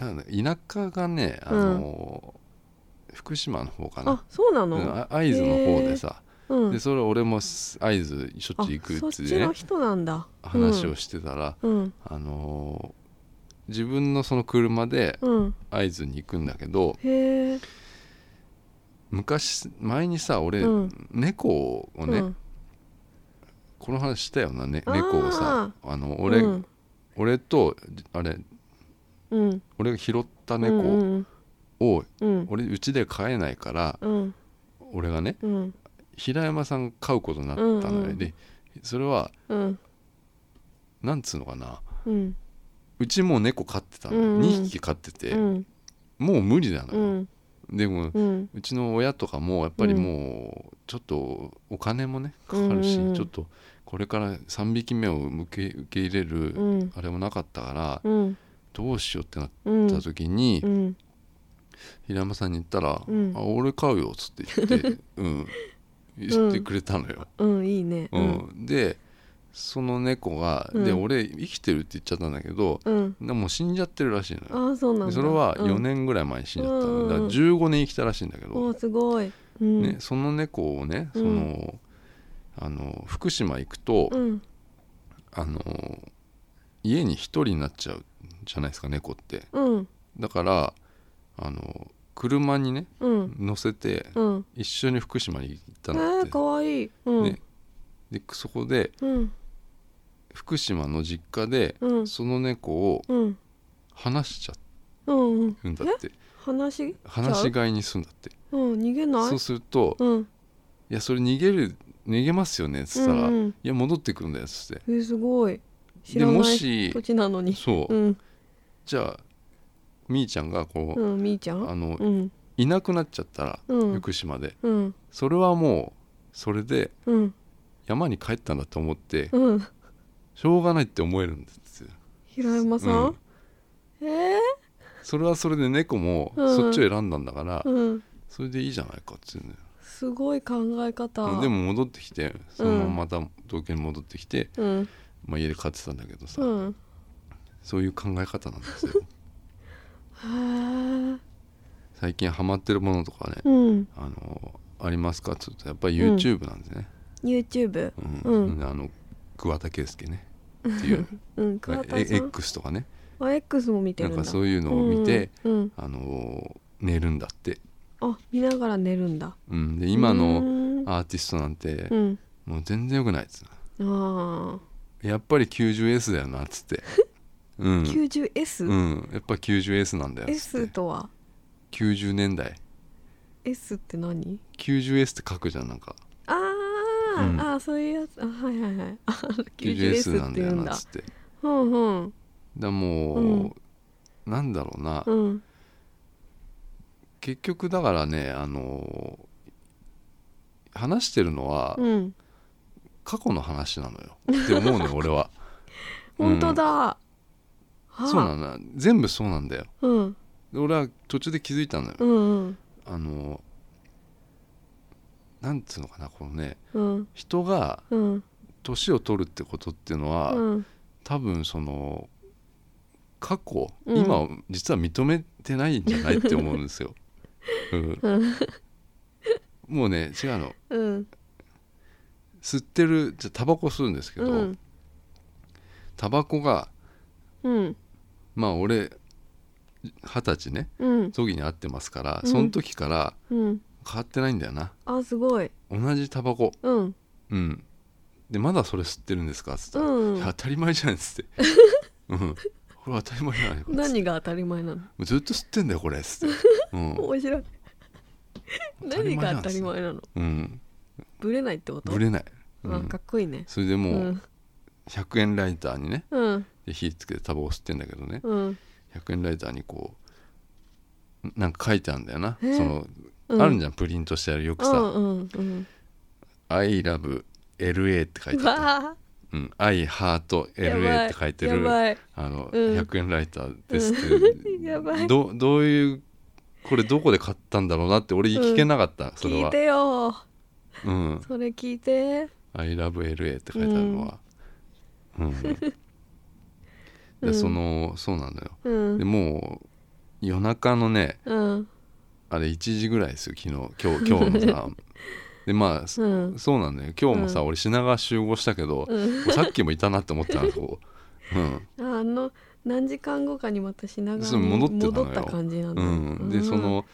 A: なんだ田舎がね、あの福島の方かな
B: あそうな
A: う
B: の
A: んあ会津の方でさ、
B: うん
A: でそれ俺もす会津しょっちゅう行く
B: あ
A: っ
B: そ
A: つ
B: っ
A: っ
B: ち
A: てね
B: の人なんだ
A: 話をしてたら、
B: うん
A: あの自分のその車で
B: うん
A: 会津に行くんだけど
B: へえ
A: 昔前にさ俺、
B: うん
A: 猫をね、この話したよな、ね、猫をさあの俺、
B: うん
A: 俺とあれ
B: うん
A: 俺が拾った
B: うんう
A: 猫
B: ん
A: を、
B: うん
A: 俺うちで飼えないから
B: うん
A: 俺がね
B: うん
A: 平山さんが飼うことになったのよ、
B: うんうん
A: でそれは
B: うん
A: なんつうのかな
B: うん
A: うちもう猫飼ってたの、
B: うんうん
A: 2匹飼ってて、
B: うん
A: もう無理なの
B: う
A: よ、
B: ん
A: でも
B: うん
A: うちの親とかもやっぱりもうちょっとお金もねかかるし、
B: うんうんうん
A: ちょっとこれから3匹目を受け受け入れ
B: う
A: る
B: ん
A: あれもなかったから、
B: うん
A: どうしようってなっ
B: うん
A: た時に、
B: うん
A: 平山さんに言ったら「
B: うん
A: あ俺買うよ」っつ って言って、うん、言ってくれたのよ。
B: うんいいね
A: うんでその猫が、
B: うん
A: で俺生きてるって言っちゃったんだけど、
B: うん
A: でもう死んじゃってるらしいのよ
B: ああそうなん
A: でそ
B: だ
A: れは4
B: うん
A: 年ぐらい前に死んじゃったの、
B: うん
A: だから15年生きたらしいんだけど、
B: おーすごい、うん、
A: ね、その猫をねその、
B: うん
A: あの福島行くと、
B: うん
A: あの家に一人になっちゃうじゃないですか猫って
B: うん
A: だからあの車にね
B: うん
A: 乗せて、
B: うん
A: 一緒に福島に行った
B: え
A: のって、
B: ー、かわいい、うん
A: ね、でそこで
B: うん
A: 福島の実家で、
B: うん
A: その猫を
B: うん
A: 話しちゃ
B: うんうん
A: うんだって
B: 話し
A: 話し飼いにするんだって
B: うん逃げない
A: そうすると「
B: うん
A: いやそれ逃げる逃げますよね」っつったら「
B: うんうん
A: いや戻ってくるんだよ」っつって
B: えー、すごい知
A: で
B: らない
A: もし
B: 土地なのに
A: そう、
B: うん
A: じゃあみーちゃんがこう、
B: うんみーちゃん
A: あの
B: うん
A: いなくなっちゃったら、
B: うん
A: 福島で
B: うん
A: それはもうそれで
B: うん
A: 山に帰ったんだと思って、
B: うん
A: しょうがないって思えるんですよ
B: 平山さん、え
A: それはそれで猫も
B: うん
A: そっちを選んだんだから、
B: ー、うん
A: それでいいじゃないかっていうね
B: すごい考え方
A: でも戻ってきてそのまままた東京に戻ってきて、
B: うん
A: まあ、家で飼ってたんだけどさ、
B: うん
A: そういう考え方なん ですよ
B: へえ
A: 最近ハマってるものとかね、
B: うん
A: あのありますかっつうとやっぱり YouTube なんですね、
B: YouTube
A: うん
B: うん
A: あの桑田佳祐ねっていう
B: うん桑田
A: え
B: さん
A: X とかね
B: あ X も見て
A: な
B: るん
A: ん
B: だ
A: かそう
B: いう
A: いうのを見て、
B: うん、うん
A: あの寝るんだって、
B: あ見ながら寝るんだ
A: うん、で今
B: う
A: の
B: ーん
A: アーティストなんて
B: うん
A: もう全然よくないっつう
B: あ
A: やっぱり 90S だよなっつって、うん
B: あ、90S?S、
A: うん、やっぱ 90S なんだよっつ
B: S
A: って
B: とは
A: 90年代
B: S って何
A: 90S って書くじゃんなんか
B: あー、
A: うん
B: あーそういうやつあはいはいはいあ
A: 90S な
B: 90S っ
A: ん
B: て
A: だ
B: 言
A: よ
B: うん
A: な
B: だ
A: っつってだか
B: うんうん
A: らもう、なんだろうな、
B: うん
A: 結局だからねあの話してるのは
B: うん
A: 過去の話なのよって思う のよ俺は
B: 本当だ、はあ
A: そうなんだ全部そうなんだよ
B: うん
A: で俺は途中で気づいたのよ
B: うんうん
A: あのなんつうのかなこのね
B: うん
A: 人が
B: うん
A: 年を取るってことっていうのは、
B: うん
A: 多分その過去、
B: うん
A: 今を実は認めてないんじゃないって思うんです よ、うん
B: うん
A: もうね違うの
B: うん
A: 吸ってるじゃあタバコ吸うんですけど、
B: うん
A: タバコが
B: うん
A: まあ俺二十歳ね
B: うん
A: 時に会ってますから、
B: うん
A: その時から
B: うん
A: 変わってないんだよな
B: あすごい
A: 同じタバコ
B: うん
A: うんでまだそれ吸ってるんですかっつったら、
B: うん
A: いや当たり前じゃないっつ ってうんこれ当たり前じゃないかっつって
B: 何が当たり前なの
A: ずっと吸ってんだよこれっつって、 うん
B: 面白い
A: たり前
B: 何
A: なん
B: が
A: ですね
B: 当たり前なの
A: うん、
B: ブレないってこと
A: ぶれない、う
B: あ
A: ん
B: かっこいいね
A: それで
B: う
A: もうん100円ライターにね
B: うん
A: で火つけてタバコ吸ってんだけどね
B: うん
A: 100円ライターにこうなんか書いてあるんだよな、
B: えー
A: その
B: うん
A: あるんじゃんプリントしてあるよくさ「
B: うんうんうん
A: ILOVELA」って書いうてあ
B: わ
A: る「うん、IHEARTLA」って書いて
B: や
A: る
B: ばい
A: あの、
B: うん
A: 100円ライターですって
B: うん やばい
A: どどういうこれどこで買ったんだろうなって俺聞けなかった、それ
B: 聞い
A: は
B: てよ
A: 「うん、
B: それ聞いて
A: ILOVELA」って書いてあるのは、うん
B: う
A: で
B: ん
A: そのそうなのよ
B: う
A: で
B: ん
A: もう夜中のね
B: うん
A: あれ1時ぐらいですよ昨日今日今日の さでまあ、そ
B: うん
A: そうなんだよ今日もさ、
B: うん
A: 俺品川集合したけど、
B: うん
A: もうさっきもいたなって思ったのこ う、うん
B: あの何時間後かにまた品川
A: そう
B: に
A: 戻ってたのよ
B: 戻った感じなんだ
A: うん、でその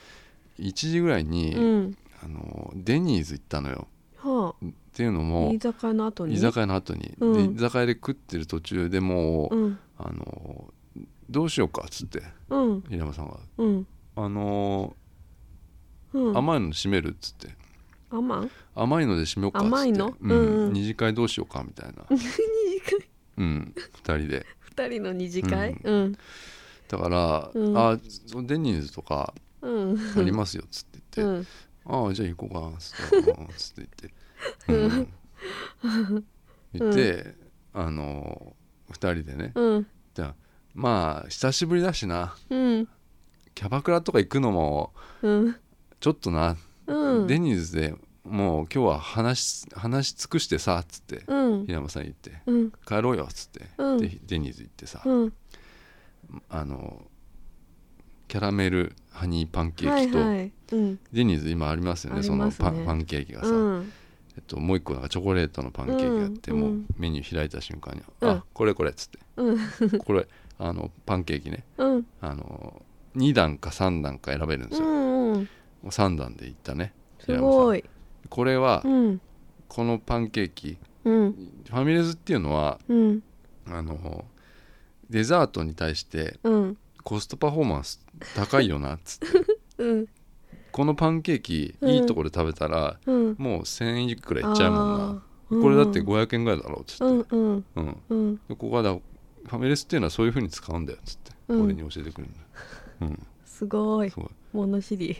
A: 1時ぐらいに、
B: うん
A: あのデニーズ行ったのよ
B: は
A: っていうの
B: あ
A: も
B: 居酒屋の後に
A: 居酒屋の後に、
B: うん
A: で居酒屋で食ってる途中でもう、
B: うん
A: あのどうしようかっつって
B: うん
A: 平山さんが
B: うん
A: 「あの
B: うん
A: 甘いの閉める」っつって
B: 甘ん
A: 甘いので締めようかっつって
B: 甘いの
A: うん
B: うんうん
A: 二次会どうしようかみたいな、
B: 二次会
A: うん、2人で
B: 二人の二次会うん
A: だから「
B: うん
A: あそうデニーズとか
B: うん
A: ありますよ」っつって言って
B: うん
A: 「ああじゃあ行こうかな」っつ ってうんつって言って、うん、 言ってあの2人でね
B: うん
A: じゃあまあ久しぶりだしな
B: うん
A: キャバクラとか行くのも
B: うん
A: ちょっとな、
B: うん
A: デニーズでもう今日は話し話し尽くしてさ」っつって
B: うん
A: 平山さん言って
B: うん
A: 「帰ろうよ」っつって、
B: うん
A: でデニーズ行ってさ、
B: うん
A: あのキャラメルハニーパンケ
B: は
A: ー
B: い
A: キと、
B: はいうん
A: デニーズ今ありますよね
B: あり
A: その
B: ますね
A: パンパンケーキがさ、
B: うん
A: えっと、もう一個なんかチョコレートのパンケーキがあって、
B: うん
A: もううんメニュー開いた瞬間に「
B: うん
A: あこれこれ」っつって
B: うん
A: 「これあのパンケーキね
B: うん
A: あの2段か3段か選べるんです
B: う
A: よ、も
B: んうん
A: う3段でいったね
B: すご
A: い
B: い
A: これは
B: うん
A: このパンケーキ
B: うん
A: ファミレスっていうのは
B: うん
A: あのデザートに対して
B: うん
A: コストパフォーマンス高いよなっつって
B: うん
A: このパンケーキ
B: うん
A: いいとこで食べたら、
B: うん
A: もう1,000円いくらいっちゃうもんな、
B: あー
A: これだって500円ぐらいだろうっつって、
B: うんうん
A: うん、
B: うん
A: でここはだファミレスっていうのはそういうふうに使うんだよっつって、
B: うん
A: 俺に教えてくれるの、うん、
B: すごい
A: すごい
B: 物知り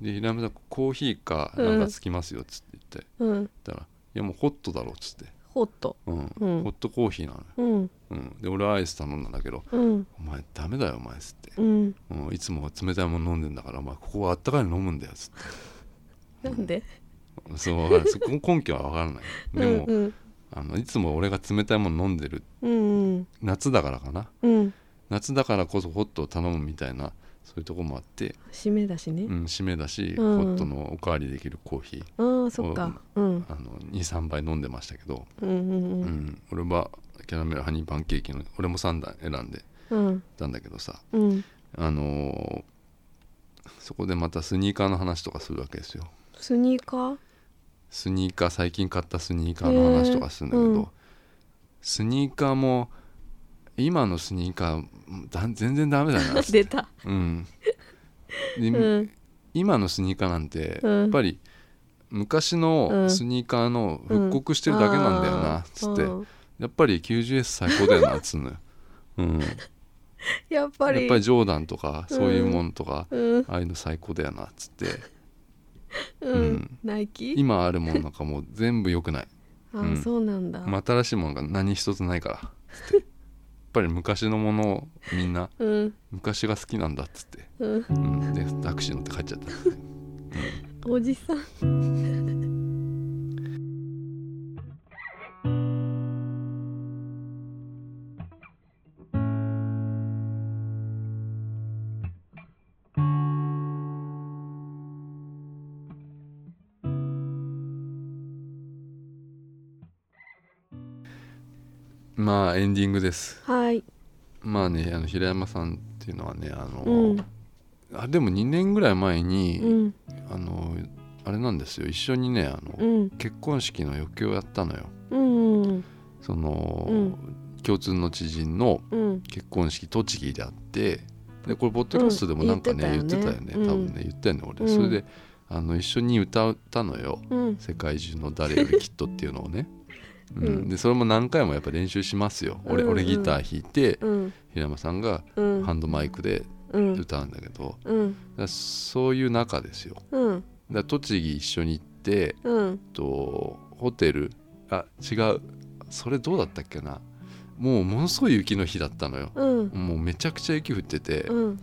A: で平山さんコーヒーか
B: う
A: な
B: ん
A: んかつきますよっつって言って、
B: うん
A: だから「いやもうホットだろ」っつって、
B: ホット
A: うん
B: うん
A: ホットコーヒーなのよ、
B: うん
A: うん、で俺はアイス頼んだんだけど
B: うん
A: 「お前ダメだよお前」っつって、
B: うん
A: うん「いつも冷たいもの飲んでんだからお前ここはあったかいの飲むんだよ」っつって
B: なんで
A: そうわからないそこ根拠は分からないでも、
B: うん
A: あのいつも俺が冷たいもの飲んでる
B: うん
A: 夏だからかな
B: うんうん
A: 夏だからこそホットを頼むみたいなそういうとこもあって
B: 締めだしね
A: うん、締めだし、
B: うん
A: ホットのおかわりできるコーヒー
B: ああそっかうん
A: あの23杯飲んでましたけど、
B: うんう
A: うん
B: うん
A: ん俺はキャラメルハニーパンケーキの俺も3段選んで
B: うん
A: たんだけどさ
B: うん
A: あのーそこでまたスニーカーの話とかするわけですよ
B: スニーカー
A: スニーカー最近買ったスニーカーの話とかするんだけど、
B: へーうん
A: スニーカーも今のスニーカーだ全然ダメだ な
B: 出た
A: うん、で
B: うん
A: 今のスニーカーなんて
B: うん
A: やっぱり昔のスニーカーの復刻してるだけなんだよな
B: あ
A: っつ
B: ー
A: って
B: うん
A: やっぱり 90S 最高だよなっつうのよ、うん、やっ
B: やっぱ
A: ぱ
B: り
A: りジョーダンとかそういうもんとか
B: うん
A: ああいうの最高だよなっつって
B: う
A: うん
B: んナイキ
A: 今あるもんなんかもう全部良くない
B: あ
A: うん
B: あそうなんだ
A: まあ新しいものが何一つないからっつってやっぱり昔のものをみんな
B: うん
A: 昔が好きなんだっつって、
B: うん
A: うん、でタクシー乗って帰っちゃったっていう
B: おじさん
A: まあエンディングです
B: はい
A: まあねあの平山さんっていうのはねあの、
B: うん
A: あでも2年ぐらい前に、
B: うん
A: あのあれなんですよ一緒にねあの、
B: うん
A: 結婚式の余興をやったのよ
B: うんうん
A: その、
B: うん
A: 共通の知人の
B: うん
A: 結婚式栃木であってでこれポッドキャストでも
B: うん
A: なんかね、
B: 言
A: 言
B: っ
A: ってて
B: た
A: たよ
B: よね
A: ね
B: うん
A: 多分ね言ったよね俺、
B: うん
A: それであの一緒に歌ったのよ
B: う
A: 「
B: ん
A: 世界中の誰よりきっと」っていうのをね、うん
B: うん
A: でそれも何回もやっぱ練習しますよ俺,、
B: うんうん
A: 俺ギター弾いて
B: うん
A: 平山さんが
B: うん
A: ハンドマイクで
B: うん
A: 歌うんだけど、だか
B: うん
A: らそういう中ですよ
B: うん
A: だから栃木一緒に行って
B: うん
A: えっとホテルあ違うそれどうだったっけなもうものすごい雪の日だったのよ
B: うん
A: もうめちゃくちゃ雪降ってて、
B: うん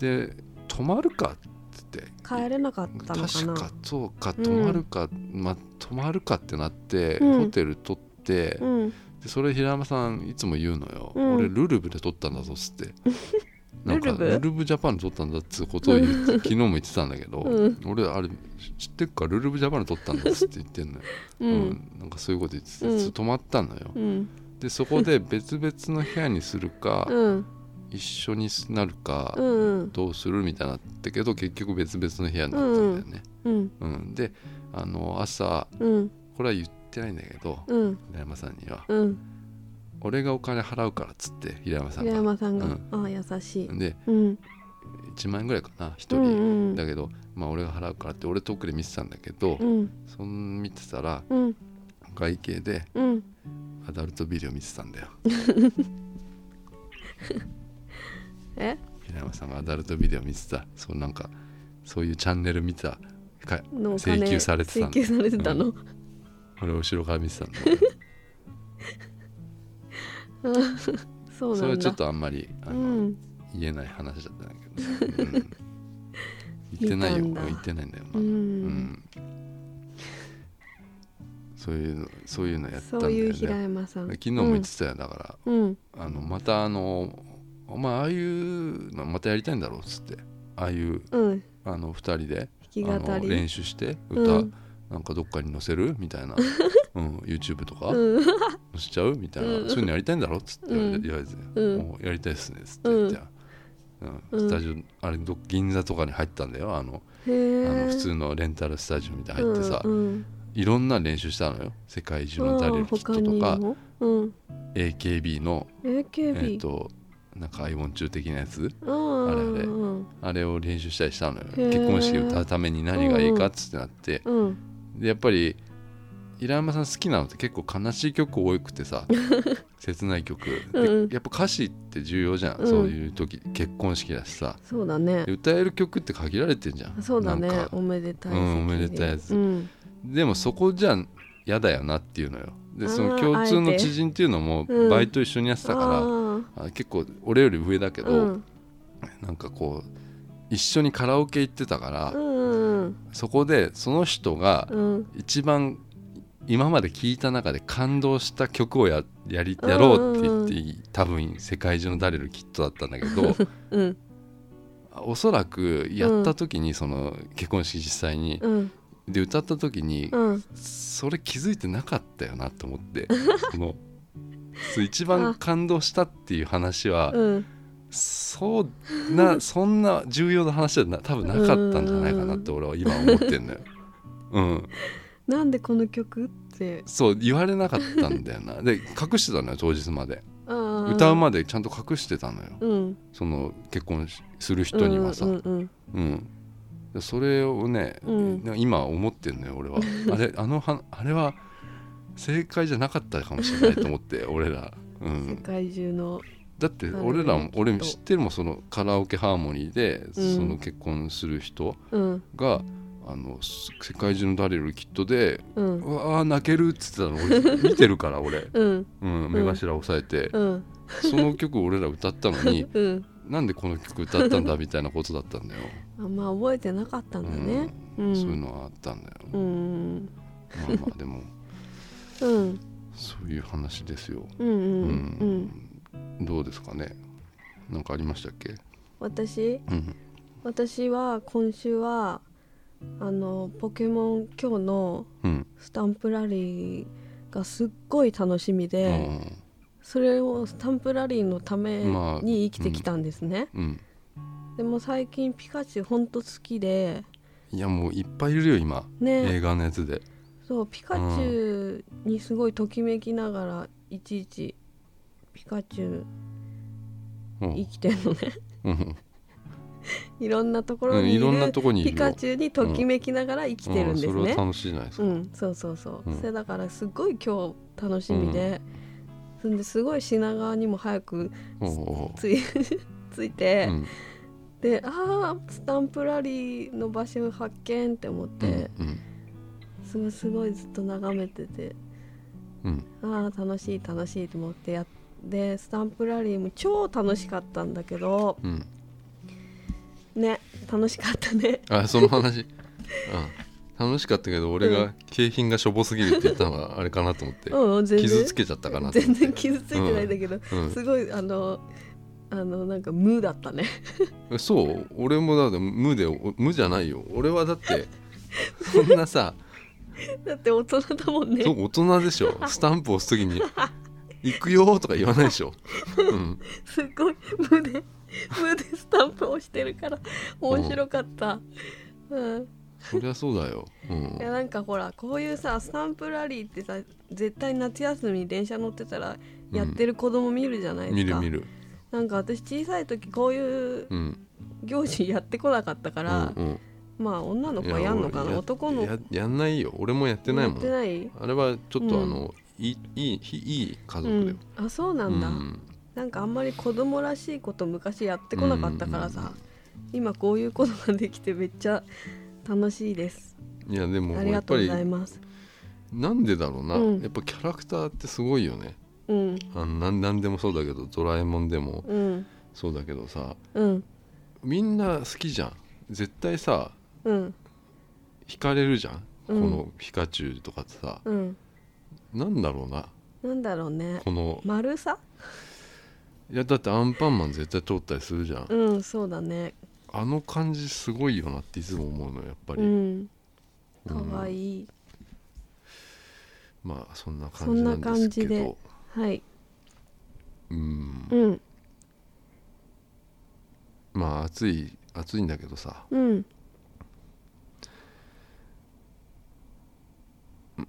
A: で泊まるかってって
B: 帰れなかったのか
A: 確
B: な
A: かそうか泊まるか、まあ泊まるかってなって、
B: うん
A: ホテル取って、
B: うん
A: でそれ平山さんいつも言うのよ、
B: うん
A: 俺ルルブで撮ったんだぞっつって なんか
B: ルルブ
A: ルルブジャパンで撮ったんだっつうことを言 って昨日も言ってたんだけど、
B: うん
A: 俺あれ知ってっかルルブジャパンで撮ったんだっつって言ってんのよ、
B: う
A: うん
B: ん
A: なんかそういうこと言ってて、
B: うん
A: ちょっと止まったのよ、
B: うん
A: でそこで別々の部屋にするか、
B: うん
A: 一緒になるか、
B: うん
A: どうするみたいになったけど結局別々の部屋になったんだよね、
B: うん
A: うんであの朝
B: うん
A: これは言ってないんだけど
B: うん
A: 平山さんには
B: うん
A: 「俺がお金払うから」っつって平山さん
B: 平
A: が
B: 山さんが
A: うん
B: ああ優しい
A: で
B: うん
A: 1万円ぐらいかな1
B: う
A: 人、
B: んうん
A: だけど、まあ、俺が払うからって俺遠くで見てたんだけど、
B: うん
A: そん見てたら
B: うん
A: 外形で
B: うん
A: アダルトビデオ見てたんだよ
B: え
A: 平山さんがアダルトビデオ見てたそうなんかそういうチャンネル見てたか
B: のお金
A: 請求されてたんだ
B: 請求されてたの
A: 俺後ろから見てたんだ
B: そう
A: それ
B: な
A: は
B: ん
A: ちょっ
B: だ
A: とあんまりあ
B: う
A: の、
B: ん
A: 言えない話だったんだ けど、うん、言ってないよ
B: 見たんだ
A: 言ってないんだよま
B: う
A: だ、うんんそういうのそういうのやったん
B: そ
A: だ
B: う
A: よ
B: いう
A: ね
B: 平山さん
A: 昨日も言ってたよだから、
B: うん
A: あのまたあのお前ああいうのまたやりたいんだろうっつってああいう
B: うん、うん、
A: あの2人で
B: 弾き語
A: あの
B: り
A: 練習して歌、
B: うん
A: なんかどっかに載せるみたい な、うん、YouTube とか載
B: うん
A: せちゃうみたいな、
B: うん
A: そういうのやりたいんだろっつって言われ
B: うん
A: て言われて、
B: うん
A: もうやりたいっすねっつって、
B: うん
A: じゃあ、うん
B: うん
A: スタジオあれど銀座とかに入ったんだよあの,、
B: へえ
A: あの普通のレンタルスタジオみたいな入ってさ、
B: うんうん、
A: いろんな練習したのよ世界中のダリルキッ
B: 他
A: トと
B: に
A: か
B: も、うん、
A: AKB の
B: AKB、
A: えっ、となんかアイボン中的なやつ
B: うん
A: あれあれ
B: うん
A: あれを練習したりしたのよ
B: へー
A: 結婚式で歌うために何がいいかっつってなって、
B: うん
A: でやっぱり平山さん好きなのって結構悲しい曲多くて さ切ない曲で
B: うん
A: やっぱ歌詞って重要じゃん、
B: うん
A: そういう時結婚式だしさ
B: そうだね
A: で歌える曲って限られてんじゃん
B: そうだね
A: なんか
B: おめでたい
A: うん
B: 席
A: おめでたいやつ
B: うん
A: でもそこじゃ嫌だよなっていうのよで
B: あー
A: その共通
B: あえ
A: の
B: て
A: 知人っていうのも
B: うん
A: バイト一緒にやってた
B: あ
A: か
B: ー
A: ら、あ結構俺より上だけど、
B: うん
A: なんかこう一緒にカラオケ行ってたから、
B: うん
A: そこでその人が
B: うん
A: 一番今まで聴いた中で感動した曲をややりやろうって言って、多分世界中の誰のきっとだったんだけど
B: うん
A: おそらくやった時にその結婚式実際に、
B: うん
A: で歌った時に、
B: うん
A: それ気づいてなかったよなと思って そのそう一番感動したっていう話は、
B: うん
A: そう なそんな重要な話はな多分なかったんじゃないかなって俺は今思ってんのよ。うん、
B: なんでこの曲って
A: そう言われなかったんだよ なで隠してたのよ当日まで歌
B: 歌
A: うま
B: で
A: でちゃんと隠してたのよ
B: うん
A: その結婚しする人にはさ、
B: う
A: うんん
B: うん
A: でそれをね、
B: うん
A: な今思ってんのよ俺 はあれあのはあれは正解じゃなかったかもしれないと思って 俺ら、う
B: うん世
A: ん、
B: 界中の
A: だって俺らも
B: なるほど
A: 俺
B: きっと
A: 知ってるもんそのカラオケハーモニーで、
B: うん
A: その結婚する人
B: うん
A: があの世界中の誰よりきっとで
B: うん
A: うわあ泣けるっつってたの俺見てるから俺、
B: うん
A: うん、目頭押さえて、
B: うん
A: その曲俺ら歌ったの に
B: うん
A: なんでこの曲歌ったんだみたいなことだったんだよ、
B: あんま覚えてなかったんだね
A: う
B: うんん
A: そういうのはあったんだよ、
B: うん
A: まあまあでも
B: うん
A: そういう話ですよ、
B: うんうんうん
A: どうですかねなんかありましたっけ、
B: 私
A: うん、
B: 私は今週はあのポケモン今日の
A: うん
B: スタンプラリーがすっごい楽しみで、それをスタンプラリーのため
A: まあ
B: に生きてきたんですね、
A: うんうん
B: でも最近ピカチュウほんと好きで
A: いやもういっぱいいるよ今、映
B: ね
A: 画のやつで
B: そうピカチュウにすごいときめきながらいちいちピカチュウ
A: うん
B: 生きてんのね
A: うん
B: いろんなとこ
A: う
B: ろ
A: ん
B: にい
A: いろん
B: る
A: なとこにいる
B: ピ
A: よ
B: カチュウにときめきながら生きてるんです
A: うん、それ
B: ね
A: は楽しいじゃないです
B: う
A: か、
B: ん、そうそうそ
A: う
B: う、
A: ん
B: それだからすごい今日楽しみで、そんですごい品川にも早く
A: おうお
B: つい ついうて、
A: うん
B: であースタンプラリーの場所発見って思って、
A: うん
B: すごいすごいずっと眺めてて
A: うん
B: あー楽しい楽しいと思ってやってスタンプラリーも超楽しかったんだけど
A: うんうん
B: ね楽しかったね
A: あその話うん楽しかったけど俺が景品がしょぼすぎるって言ったの はあれかなと思って、
B: うんうん全然
A: 傷つけちゃったかなと思
B: 全
A: って
B: 然傷ついてないんだけど、
A: うん
B: すごいあのあのなんか無だったね
A: えそう俺もだって無でお無じゃないよ俺はだってそんなさ
B: だって大人だもんね
A: そう大人でしょスタンプ押す時に「行くよ」とか言わないでしょ、うん、
B: すごい無で 無でスタンプを押してるから面白かった。うん、
A: そりゃそうだよ、う
B: いや
A: ん、
B: なんかほらこういうさスタンプラリーってさ絶対夏休みに電車乗ってたらやってる子供見るじゃないで
A: 見
B: すか、
A: る見る、
B: なんか私小さい時こういう
A: うん、
B: 行事やってこなかったから、
A: うん
B: まあ女の
A: うん
B: 子はやんのか
A: い
B: な
A: や
B: 男の子
A: ややんないよ俺もやってないも
B: や
A: ん
B: ってない
A: あれはちょっ
B: う
A: と
B: ん
A: あの、いいいいいい家
B: う
A: 族だよ
B: ん、あそうなんだ、
A: うん
B: なんかあんまり子供らしいこと昔やってこなかったからさ、今こういうことができてめっちゃ楽しいです
A: いやでも
B: あり
A: や
B: が
A: っぱ
B: とうご
A: り
B: ざいます。
A: なんでだろうな、
B: うん
A: やっぱキャラクターってすごいよね
B: うん
A: あのなんなんでもそうだけどドラえもんでも
B: うん
A: そうだけどさ
B: うん
A: みんな好きじゃん絶対さ
B: うん
A: 惹かれるじゃん、
B: うん
A: このピカチュウとかってさ
B: うん
A: なんだろうな
B: なんだろうね
A: この
B: 丸さ
A: いやだってアンパンマン絶対通ったりするじゃん、
B: うんそうだね
A: あの感じすごいよなっていつも思うのやっぱり、
B: うん
A: う
B: か
A: ん
B: わいい、
A: まあそんな感じなんですけ
B: そんな感
A: ど
B: はい
A: うん
B: うん
A: まあ暑い暑いんだけどさ
B: うん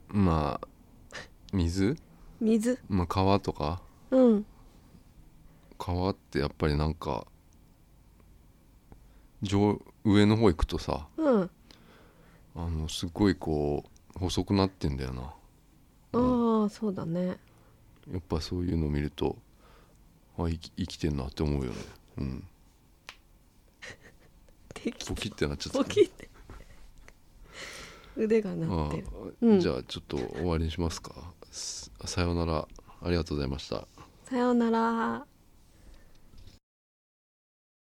A: まあ水、
B: 水
A: まあ、川とか
B: うん
A: 川ってやっぱりなんか上上の方行くとさ
B: うん
A: あのすごいこう細くなってんだよな
B: ああそうだね
A: やっぱそういうの見るとあ生き生きてんなって思うよねうん
B: 適
A: ポキってなっちゃった
B: 当 きって腕が
A: あ
B: 鳴ってる
A: あ
B: うん
A: じゃあちょっと終わりにしますかすさようならありがとうございました
B: さようなら